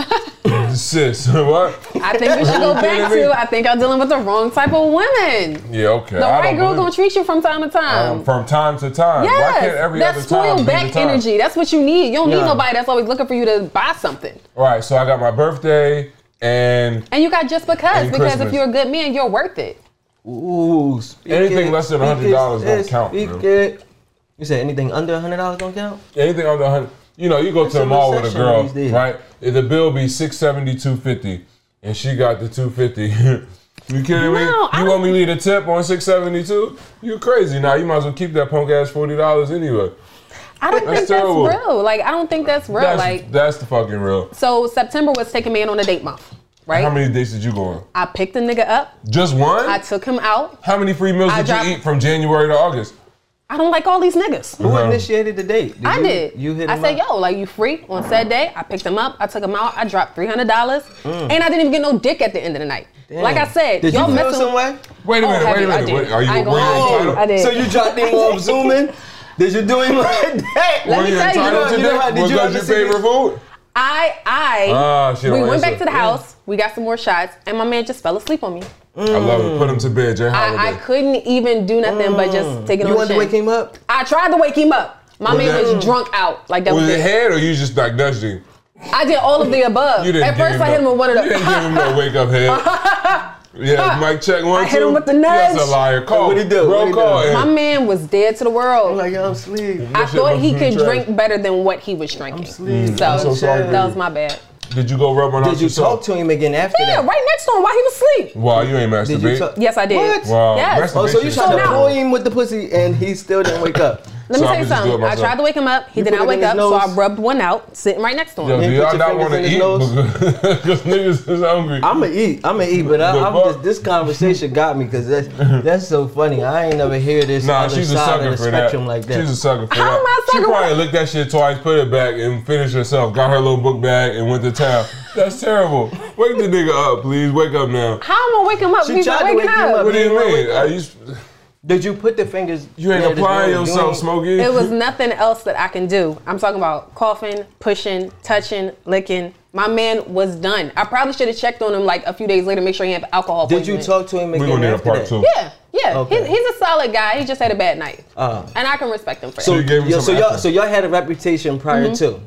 [SPEAKER 6] Sis, (laughs) what?
[SPEAKER 5] I
[SPEAKER 4] (laughs)
[SPEAKER 5] think we should go back
[SPEAKER 6] kidding me?
[SPEAKER 5] to. I think y'all dealing with the wrong type of women.
[SPEAKER 6] Yeah, okay.
[SPEAKER 5] The
[SPEAKER 6] I
[SPEAKER 5] right
[SPEAKER 6] don't
[SPEAKER 5] girl
[SPEAKER 6] believe
[SPEAKER 5] gonna
[SPEAKER 6] it.
[SPEAKER 5] treat you from time to
[SPEAKER 6] Um,
[SPEAKER 5] time.
[SPEAKER 6] from time to time. Why
[SPEAKER 5] Yes,
[SPEAKER 6] can't every
[SPEAKER 5] that's
[SPEAKER 6] other time
[SPEAKER 5] spoiled
[SPEAKER 6] be the
[SPEAKER 5] back
[SPEAKER 6] time?
[SPEAKER 5] energy. That's what you need. You don't need
[SPEAKER 4] Yeah.
[SPEAKER 5] nobody that's always looking for you to buy something.
[SPEAKER 6] All right, so I got my birthday and
[SPEAKER 5] And you got just because
[SPEAKER 6] And
[SPEAKER 5] because
[SPEAKER 6] Christmas.
[SPEAKER 5] if you're a good man, you're worth it.
[SPEAKER 4] Ooh, speak
[SPEAKER 6] Anything
[SPEAKER 4] it,
[SPEAKER 6] less than
[SPEAKER 4] speak
[SPEAKER 6] $100
[SPEAKER 4] it,
[SPEAKER 6] don't
[SPEAKER 4] sis,
[SPEAKER 6] count,
[SPEAKER 4] Speak
[SPEAKER 6] man.
[SPEAKER 4] it. You said anything under hundred dollars don't count?
[SPEAKER 6] anything under 100. You know, you go
[SPEAKER 4] It's
[SPEAKER 6] to the
[SPEAKER 4] a
[SPEAKER 6] mall with a
[SPEAKER 4] recession
[SPEAKER 6] girl,
[SPEAKER 4] these days.
[SPEAKER 6] right? The bill be 670 250 and she got the 250 (laughs) You kidding me?
[SPEAKER 5] No, I
[SPEAKER 6] you
[SPEAKER 5] don't-
[SPEAKER 6] want me to leave a tip on 672 You crazy now. You might as well keep that punk ass $40 anyway.
[SPEAKER 5] I don't
[SPEAKER 6] That's
[SPEAKER 5] think
[SPEAKER 6] terrible.
[SPEAKER 5] that's real. Like I don't think that's real.
[SPEAKER 6] That's,
[SPEAKER 5] like
[SPEAKER 6] that's the fucking real.
[SPEAKER 5] so September was take a man on a date month, right?
[SPEAKER 6] How many dates did you go on?
[SPEAKER 5] I picked a nigga up.
[SPEAKER 6] Just one?
[SPEAKER 5] I took him out.
[SPEAKER 6] How many free meals
[SPEAKER 5] I
[SPEAKER 6] did
[SPEAKER 5] dropped-
[SPEAKER 6] you eat from January to August?
[SPEAKER 5] I don't like all these niggas.
[SPEAKER 4] Who
[SPEAKER 6] Uh-huh.
[SPEAKER 4] initiated the date?
[SPEAKER 5] I
[SPEAKER 4] you,
[SPEAKER 5] did.
[SPEAKER 4] You hit
[SPEAKER 5] I
[SPEAKER 4] him
[SPEAKER 5] said,
[SPEAKER 4] up?
[SPEAKER 5] yo, like you free on said day. I picked him up. I took him out. I dropped three hundred dollars,
[SPEAKER 6] Mm.
[SPEAKER 5] and I didn't even get no dick at the end of the night. Like I said,
[SPEAKER 4] Did
[SPEAKER 5] y'all
[SPEAKER 4] you feel
[SPEAKER 5] messing
[SPEAKER 4] some way?
[SPEAKER 6] Wait a
[SPEAKER 5] Oh,
[SPEAKER 6] minute,
[SPEAKER 5] I
[SPEAKER 6] wait a
[SPEAKER 5] did, I
[SPEAKER 6] minute.
[SPEAKER 5] did.
[SPEAKER 6] What- Are you
[SPEAKER 5] I ain't
[SPEAKER 6] were
[SPEAKER 5] gonna
[SPEAKER 6] you
[SPEAKER 5] lie.
[SPEAKER 6] entitled?
[SPEAKER 5] I did.
[SPEAKER 4] So you dropped him off zooming? Did you do him like that?
[SPEAKER 5] Let
[SPEAKER 6] Were
[SPEAKER 5] me
[SPEAKER 6] you
[SPEAKER 5] tell you,
[SPEAKER 6] entitled
[SPEAKER 4] you
[SPEAKER 6] to
[SPEAKER 4] know
[SPEAKER 6] that?
[SPEAKER 4] how- did
[SPEAKER 6] Was
[SPEAKER 4] you
[SPEAKER 6] that
[SPEAKER 4] ever
[SPEAKER 6] your
[SPEAKER 4] see
[SPEAKER 6] favorite
[SPEAKER 4] this?
[SPEAKER 6] food?
[SPEAKER 5] I, I,
[SPEAKER 6] Ah, she
[SPEAKER 5] we
[SPEAKER 6] don't
[SPEAKER 5] went
[SPEAKER 6] answer.
[SPEAKER 5] back to the
[SPEAKER 6] Yeah.
[SPEAKER 5] house. We got some more shots, and my man just fell asleep on me.
[SPEAKER 6] I love it. Put him to bed, Jay Holiday.
[SPEAKER 5] Mm. I, I couldn't even do nothing but
[SPEAKER 6] Mm.
[SPEAKER 5] just take it
[SPEAKER 4] You
[SPEAKER 5] on
[SPEAKER 4] wanted
[SPEAKER 5] the
[SPEAKER 4] to wake
[SPEAKER 5] chin.
[SPEAKER 4] him up?
[SPEAKER 5] I tried to wake him up. My
[SPEAKER 6] Was
[SPEAKER 5] man
[SPEAKER 6] that-
[SPEAKER 5] was drunk out. Like that was,
[SPEAKER 6] was it
[SPEAKER 5] it.
[SPEAKER 6] head or you just like nudged him?
[SPEAKER 5] I did all of the above.
[SPEAKER 6] You didn't
[SPEAKER 5] At
[SPEAKER 6] give
[SPEAKER 5] first,
[SPEAKER 6] him
[SPEAKER 5] I hit him
[SPEAKER 6] no-
[SPEAKER 5] with one of the.
[SPEAKER 6] You didn't
[SPEAKER 5] (laughs)
[SPEAKER 6] give him no wake up head. Yeah, Mike check one.
[SPEAKER 5] I hit him
[SPEAKER 6] two.
[SPEAKER 5] with the nudge.
[SPEAKER 6] That's a liar. Call.
[SPEAKER 4] What'd he do?
[SPEAKER 6] Bro,
[SPEAKER 4] What'd he
[SPEAKER 6] call
[SPEAKER 4] do?
[SPEAKER 6] him.
[SPEAKER 5] My man was dead to the
[SPEAKER 4] I'm
[SPEAKER 5] world.
[SPEAKER 4] like, yo, I'm asleep.
[SPEAKER 5] I
[SPEAKER 6] shit
[SPEAKER 5] thought
[SPEAKER 6] must
[SPEAKER 5] he
[SPEAKER 6] be
[SPEAKER 5] could
[SPEAKER 6] trash.
[SPEAKER 5] drink better than what he was drinking.
[SPEAKER 4] sleep.
[SPEAKER 5] So,
[SPEAKER 4] I'm so sorry for
[SPEAKER 5] that
[SPEAKER 4] you.
[SPEAKER 5] was my bad.
[SPEAKER 6] Did you go rub on out
[SPEAKER 4] Did you
[SPEAKER 6] yourself?
[SPEAKER 4] talk to him again after
[SPEAKER 5] Yeah,
[SPEAKER 4] that?
[SPEAKER 5] right next to him while he was asleep.
[SPEAKER 6] Wow, you ain't
[SPEAKER 4] Did you talk?
[SPEAKER 6] masturbated.
[SPEAKER 5] Yes, I did.
[SPEAKER 4] What?
[SPEAKER 6] Wow.
[SPEAKER 5] Yes.
[SPEAKER 4] Oh, so you
[SPEAKER 5] So
[SPEAKER 4] tried to
[SPEAKER 5] now-
[SPEAKER 4] pull him with the pussy and he still didn't wake up.
[SPEAKER 5] Let me
[SPEAKER 6] So I
[SPEAKER 5] tell you
[SPEAKER 6] could just do it
[SPEAKER 5] something. I
[SPEAKER 6] myself.
[SPEAKER 5] tried to wake him up. He did
[SPEAKER 4] put
[SPEAKER 5] not
[SPEAKER 4] it
[SPEAKER 5] wake
[SPEAKER 4] in his
[SPEAKER 5] up, so I
[SPEAKER 4] nose?
[SPEAKER 5] rubbed one out, sitting right next to him.
[SPEAKER 6] Yo, do
[SPEAKER 4] You put
[SPEAKER 6] y'all
[SPEAKER 4] your
[SPEAKER 6] not
[SPEAKER 4] fingers
[SPEAKER 6] want to
[SPEAKER 4] in his
[SPEAKER 6] eat?
[SPEAKER 4] nose?
[SPEAKER 6] (laughs) Because niggas is hungry.
[SPEAKER 4] I'ma eat. I'ma eat, but I,
[SPEAKER 6] The
[SPEAKER 4] I'm
[SPEAKER 6] fuck?
[SPEAKER 4] just, this conversation got me because that's that's so funny. I ain't never hear this
[SPEAKER 6] Nah,
[SPEAKER 4] other
[SPEAKER 6] she's a
[SPEAKER 4] side
[SPEAKER 6] sucker
[SPEAKER 4] of the
[SPEAKER 6] for that.
[SPEAKER 4] spectrum like that.
[SPEAKER 6] She's a sucker for
[SPEAKER 5] How am I
[SPEAKER 6] that.
[SPEAKER 5] a
[SPEAKER 6] She
[SPEAKER 5] sucker?
[SPEAKER 6] probably licked that shit twice, put it back, and finished herself. Got her little book bag and went to town. That's terrible. Wake the nigga up, please. Wake up now.
[SPEAKER 5] How am I wake him up?
[SPEAKER 4] She
[SPEAKER 5] He's
[SPEAKER 4] tried
[SPEAKER 5] not
[SPEAKER 4] to
[SPEAKER 5] waking
[SPEAKER 4] wake him
[SPEAKER 5] up.
[SPEAKER 4] up.
[SPEAKER 6] What do you mean? Are you
[SPEAKER 4] Did you put the fingers?
[SPEAKER 6] you ain't
[SPEAKER 4] there to
[SPEAKER 6] applying
[SPEAKER 4] do it? You
[SPEAKER 6] yourself,
[SPEAKER 4] ain't-
[SPEAKER 6] Smokey?
[SPEAKER 5] It was nothing else that I can do. I'm talking about coughing, pushing, touching, licking. My man was done. I probably should have checked on him like a few days later, make sure he had alcohol.
[SPEAKER 4] Did you
[SPEAKER 5] poisoning.
[SPEAKER 4] talk to him
[SPEAKER 6] We're
[SPEAKER 4] again
[SPEAKER 6] gonna need a
[SPEAKER 4] after
[SPEAKER 6] part
[SPEAKER 4] that?
[SPEAKER 6] two.
[SPEAKER 5] Yeah, yeah.
[SPEAKER 4] Okay.
[SPEAKER 5] He's, he's a solid guy. He just had a bad night,
[SPEAKER 4] Uh,
[SPEAKER 5] and I can respect him for
[SPEAKER 4] so,
[SPEAKER 5] that.
[SPEAKER 6] you gave him
[SPEAKER 4] yeah,
[SPEAKER 6] some
[SPEAKER 4] so y'all,
[SPEAKER 6] after.
[SPEAKER 4] so y'all had a reputation prior to,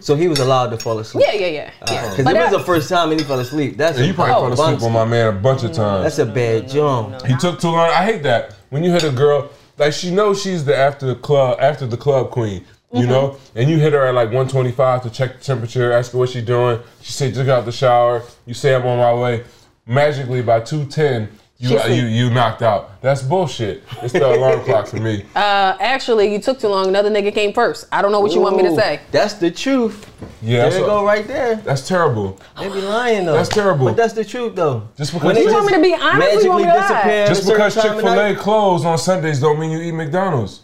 [SPEAKER 4] so he was allowed to fall asleep.
[SPEAKER 5] Yeah, yeah, yeah. yeah.
[SPEAKER 4] Because
[SPEAKER 5] Mm-hmm. But
[SPEAKER 4] Uh, it was
[SPEAKER 5] that-
[SPEAKER 4] the first time and he fell asleep. That's
[SPEAKER 6] And you
[SPEAKER 4] a-
[SPEAKER 6] probably
[SPEAKER 4] oh,
[SPEAKER 6] fell
[SPEAKER 4] bunch.
[SPEAKER 6] asleep
[SPEAKER 4] Mm,
[SPEAKER 6] on my man a bunch of times.
[SPEAKER 4] That's a bad jump.
[SPEAKER 6] He took too long. I hate that when you hit a girl like she knows she's the after the club after the club queen, you
[SPEAKER 4] Mm-hmm.
[SPEAKER 6] know, and you hit her at like 125 to check the temperature, ask her what she doing. She said just got out the shower. You say I'm on my way. Magically by 210, you uh,
[SPEAKER 5] She's
[SPEAKER 6] you you knocked out. That's bullshit. It's the
[SPEAKER 4] (laughs)
[SPEAKER 6] alarm clock for me.
[SPEAKER 5] uh, actually, you took too long. Another nigga came first. I don't know what you want me to
[SPEAKER 4] Ooh,
[SPEAKER 5] say.
[SPEAKER 4] That's the truth.
[SPEAKER 6] Yeah,
[SPEAKER 4] There
[SPEAKER 6] that's,
[SPEAKER 4] you go, right there.
[SPEAKER 6] that's terrible.
[SPEAKER 4] They be lying though.
[SPEAKER 6] That's terrible.
[SPEAKER 4] But that's the truth though.
[SPEAKER 6] Just
[SPEAKER 4] When
[SPEAKER 6] because
[SPEAKER 4] they
[SPEAKER 6] you
[SPEAKER 5] want me to be honest or you
[SPEAKER 4] Magically
[SPEAKER 5] want me to lie?
[SPEAKER 4] disappear.
[SPEAKER 6] just because Chick Fil A closed on Sundays don't mean you eat McDonald's.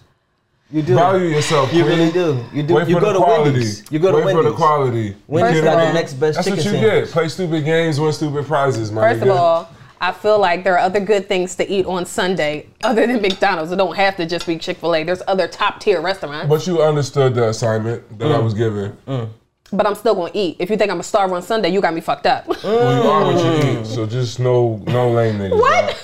[SPEAKER 4] you do.
[SPEAKER 6] Value yourself.
[SPEAKER 4] You
[SPEAKER 6] queen.
[SPEAKER 4] really do. You do.
[SPEAKER 6] Wait
[SPEAKER 4] you
[SPEAKER 6] for
[SPEAKER 4] go
[SPEAKER 6] the
[SPEAKER 4] to
[SPEAKER 6] quality.
[SPEAKER 4] Wendy's. You go to
[SPEAKER 6] Wait
[SPEAKER 4] Wendy's.
[SPEAKER 6] for the quality.
[SPEAKER 4] Wendy's
[SPEAKER 6] You
[SPEAKER 5] got
[SPEAKER 6] know?
[SPEAKER 5] the
[SPEAKER 4] next best
[SPEAKER 6] That's what
[SPEAKER 4] chicken
[SPEAKER 6] you
[SPEAKER 4] sandwich.
[SPEAKER 6] get. Play stupid games, win stupid prizes, my
[SPEAKER 5] First of
[SPEAKER 6] nigga.
[SPEAKER 5] all, I feel like there are other good things to eat on Sunday other than (laughs) McDonald's. It don't have to just be Chick Fil A. There's other top tier restaurants, but,
[SPEAKER 6] But you understood the assignment
[SPEAKER 4] Mm.
[SPEAKER 6] that I was given.
[SPEAKER 5] I'm still gonna eat. If you think I'm a starve on Sunday, you got me fucked up.
[SPEAKER 6] Well, you are (laughs) what you
[SPEAKER 4] Mm.
[SPEAKER 6] eat, so just no, no lame niggas.
[SPEAKER 5] What?
[SPEAKER 6] right?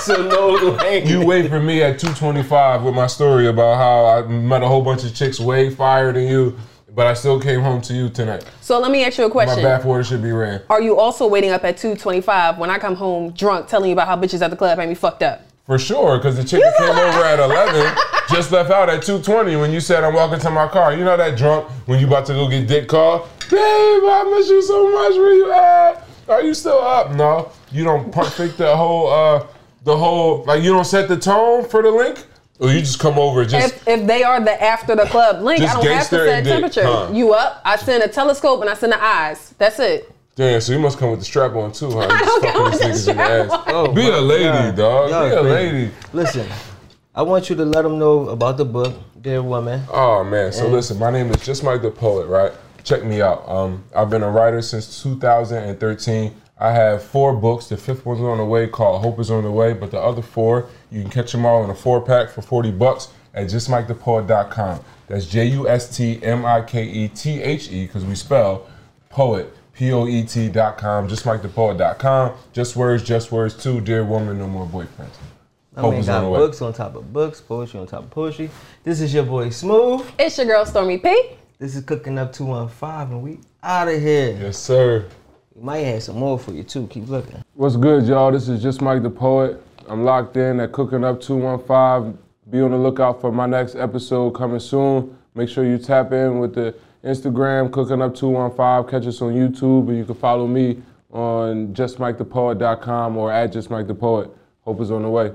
[SPEAKER 4] so no lane.
[SPEAKER 6] You wait for me at 225 with my story about how I met a whole bunch of chicks way fire than you, but I still came home to you tonight.
[SPEAKER 5] so let me ask you a
[SPEAKER 6] My
[SPEAKER 5] question.
[SPEAKER 6] bath water should be ran.
[SPEAKER 5] Are you also waiting up at 2:25 when I come home drunk, telling you about how bitches at the club had me fucked up?
[SPEAKER 6] For sure, because the chick that came over at 11 just left out at 2.20 when you said, I'm walking to my car. You know that drunk when you about to go get dick call? Babe, I miss you so much. Where you at? Are you still up? No. You don't perfect the whole, uh, the whole, like you don't set the tone for the link? Or you just come over just,
[SPEAKER 5] If, if they are the after the club link, I
[SPEAKER 6] Just
[SPEAKER 5] don't have
[SPEAKER 6] gangster
[SPEAKER 5] to set
[SPEAKER 6] and dick,
[SPEAKER 5] temperature.
[SPEAKER 6] huh?
[SPEAKER 5] You up? I send a telescope and I send the eyes. That's it.
[SPEAKER 6] damn, so you must come with the strap on too, huh?
[SPEAKER 5] (laughs) I don't come with the strap on.
[SPEAKER 4] Oh,
[SPEAKER 6] Be
[SPEAKER 4] my
[SPEAKER 6] a lady,
[SPEAKER 4] God.
[SPEAKER 6] dog.
[SPEAKER 4] Y'all
[SPEAKER 6] Be a
[SPEAKER 4] crazy.
[SPEAKER 6] lady.
[SPEAKER 4] Listen, I want you to let them know about the book, dear woman.
[SPEAKER 6] Oh man,
[SPEAKER 4] Mm.
[SPEAKER 6] so listen, my name is just Mike the Poet, right? Check me out. Um, I've been a writer since 2013. I have four books. The fifth one's on the way called Hope is on the Way, but the other four, you can catch them all in a four pack for 40 bucks at justmikethepoet.com. That's J U S T M I K E T H E, because we spell poet, P O E T dot com, justmikethepoet.com. Just words, just words, too. Dear woman, no more boyfriends.
[SPEAKER 4] I mean, Oh, got books on top of books, poetry on top of poetry. This is your boy Smooth.
[SPEAKER 5] It's your girl Stormy P.
[SPEAKER 4] This is Cooking Up 215, and we out of here.
[SPEAKER 6] Yes, sir.
[SPEAKER 4] We might have some more for you, too. Keep looking.
[SPEAKER 6] What's good, y'all? This is just Mike the Poet. I'm locked in at Cooking Up 215. Be on the lookout for my next episode coming soon. Make sure you tap in with the Instagram, Cooking Up 215. Catch us on YouTube, and you can follow me on justmikethepoet.com or at justmikethepoet. Hope is on the way.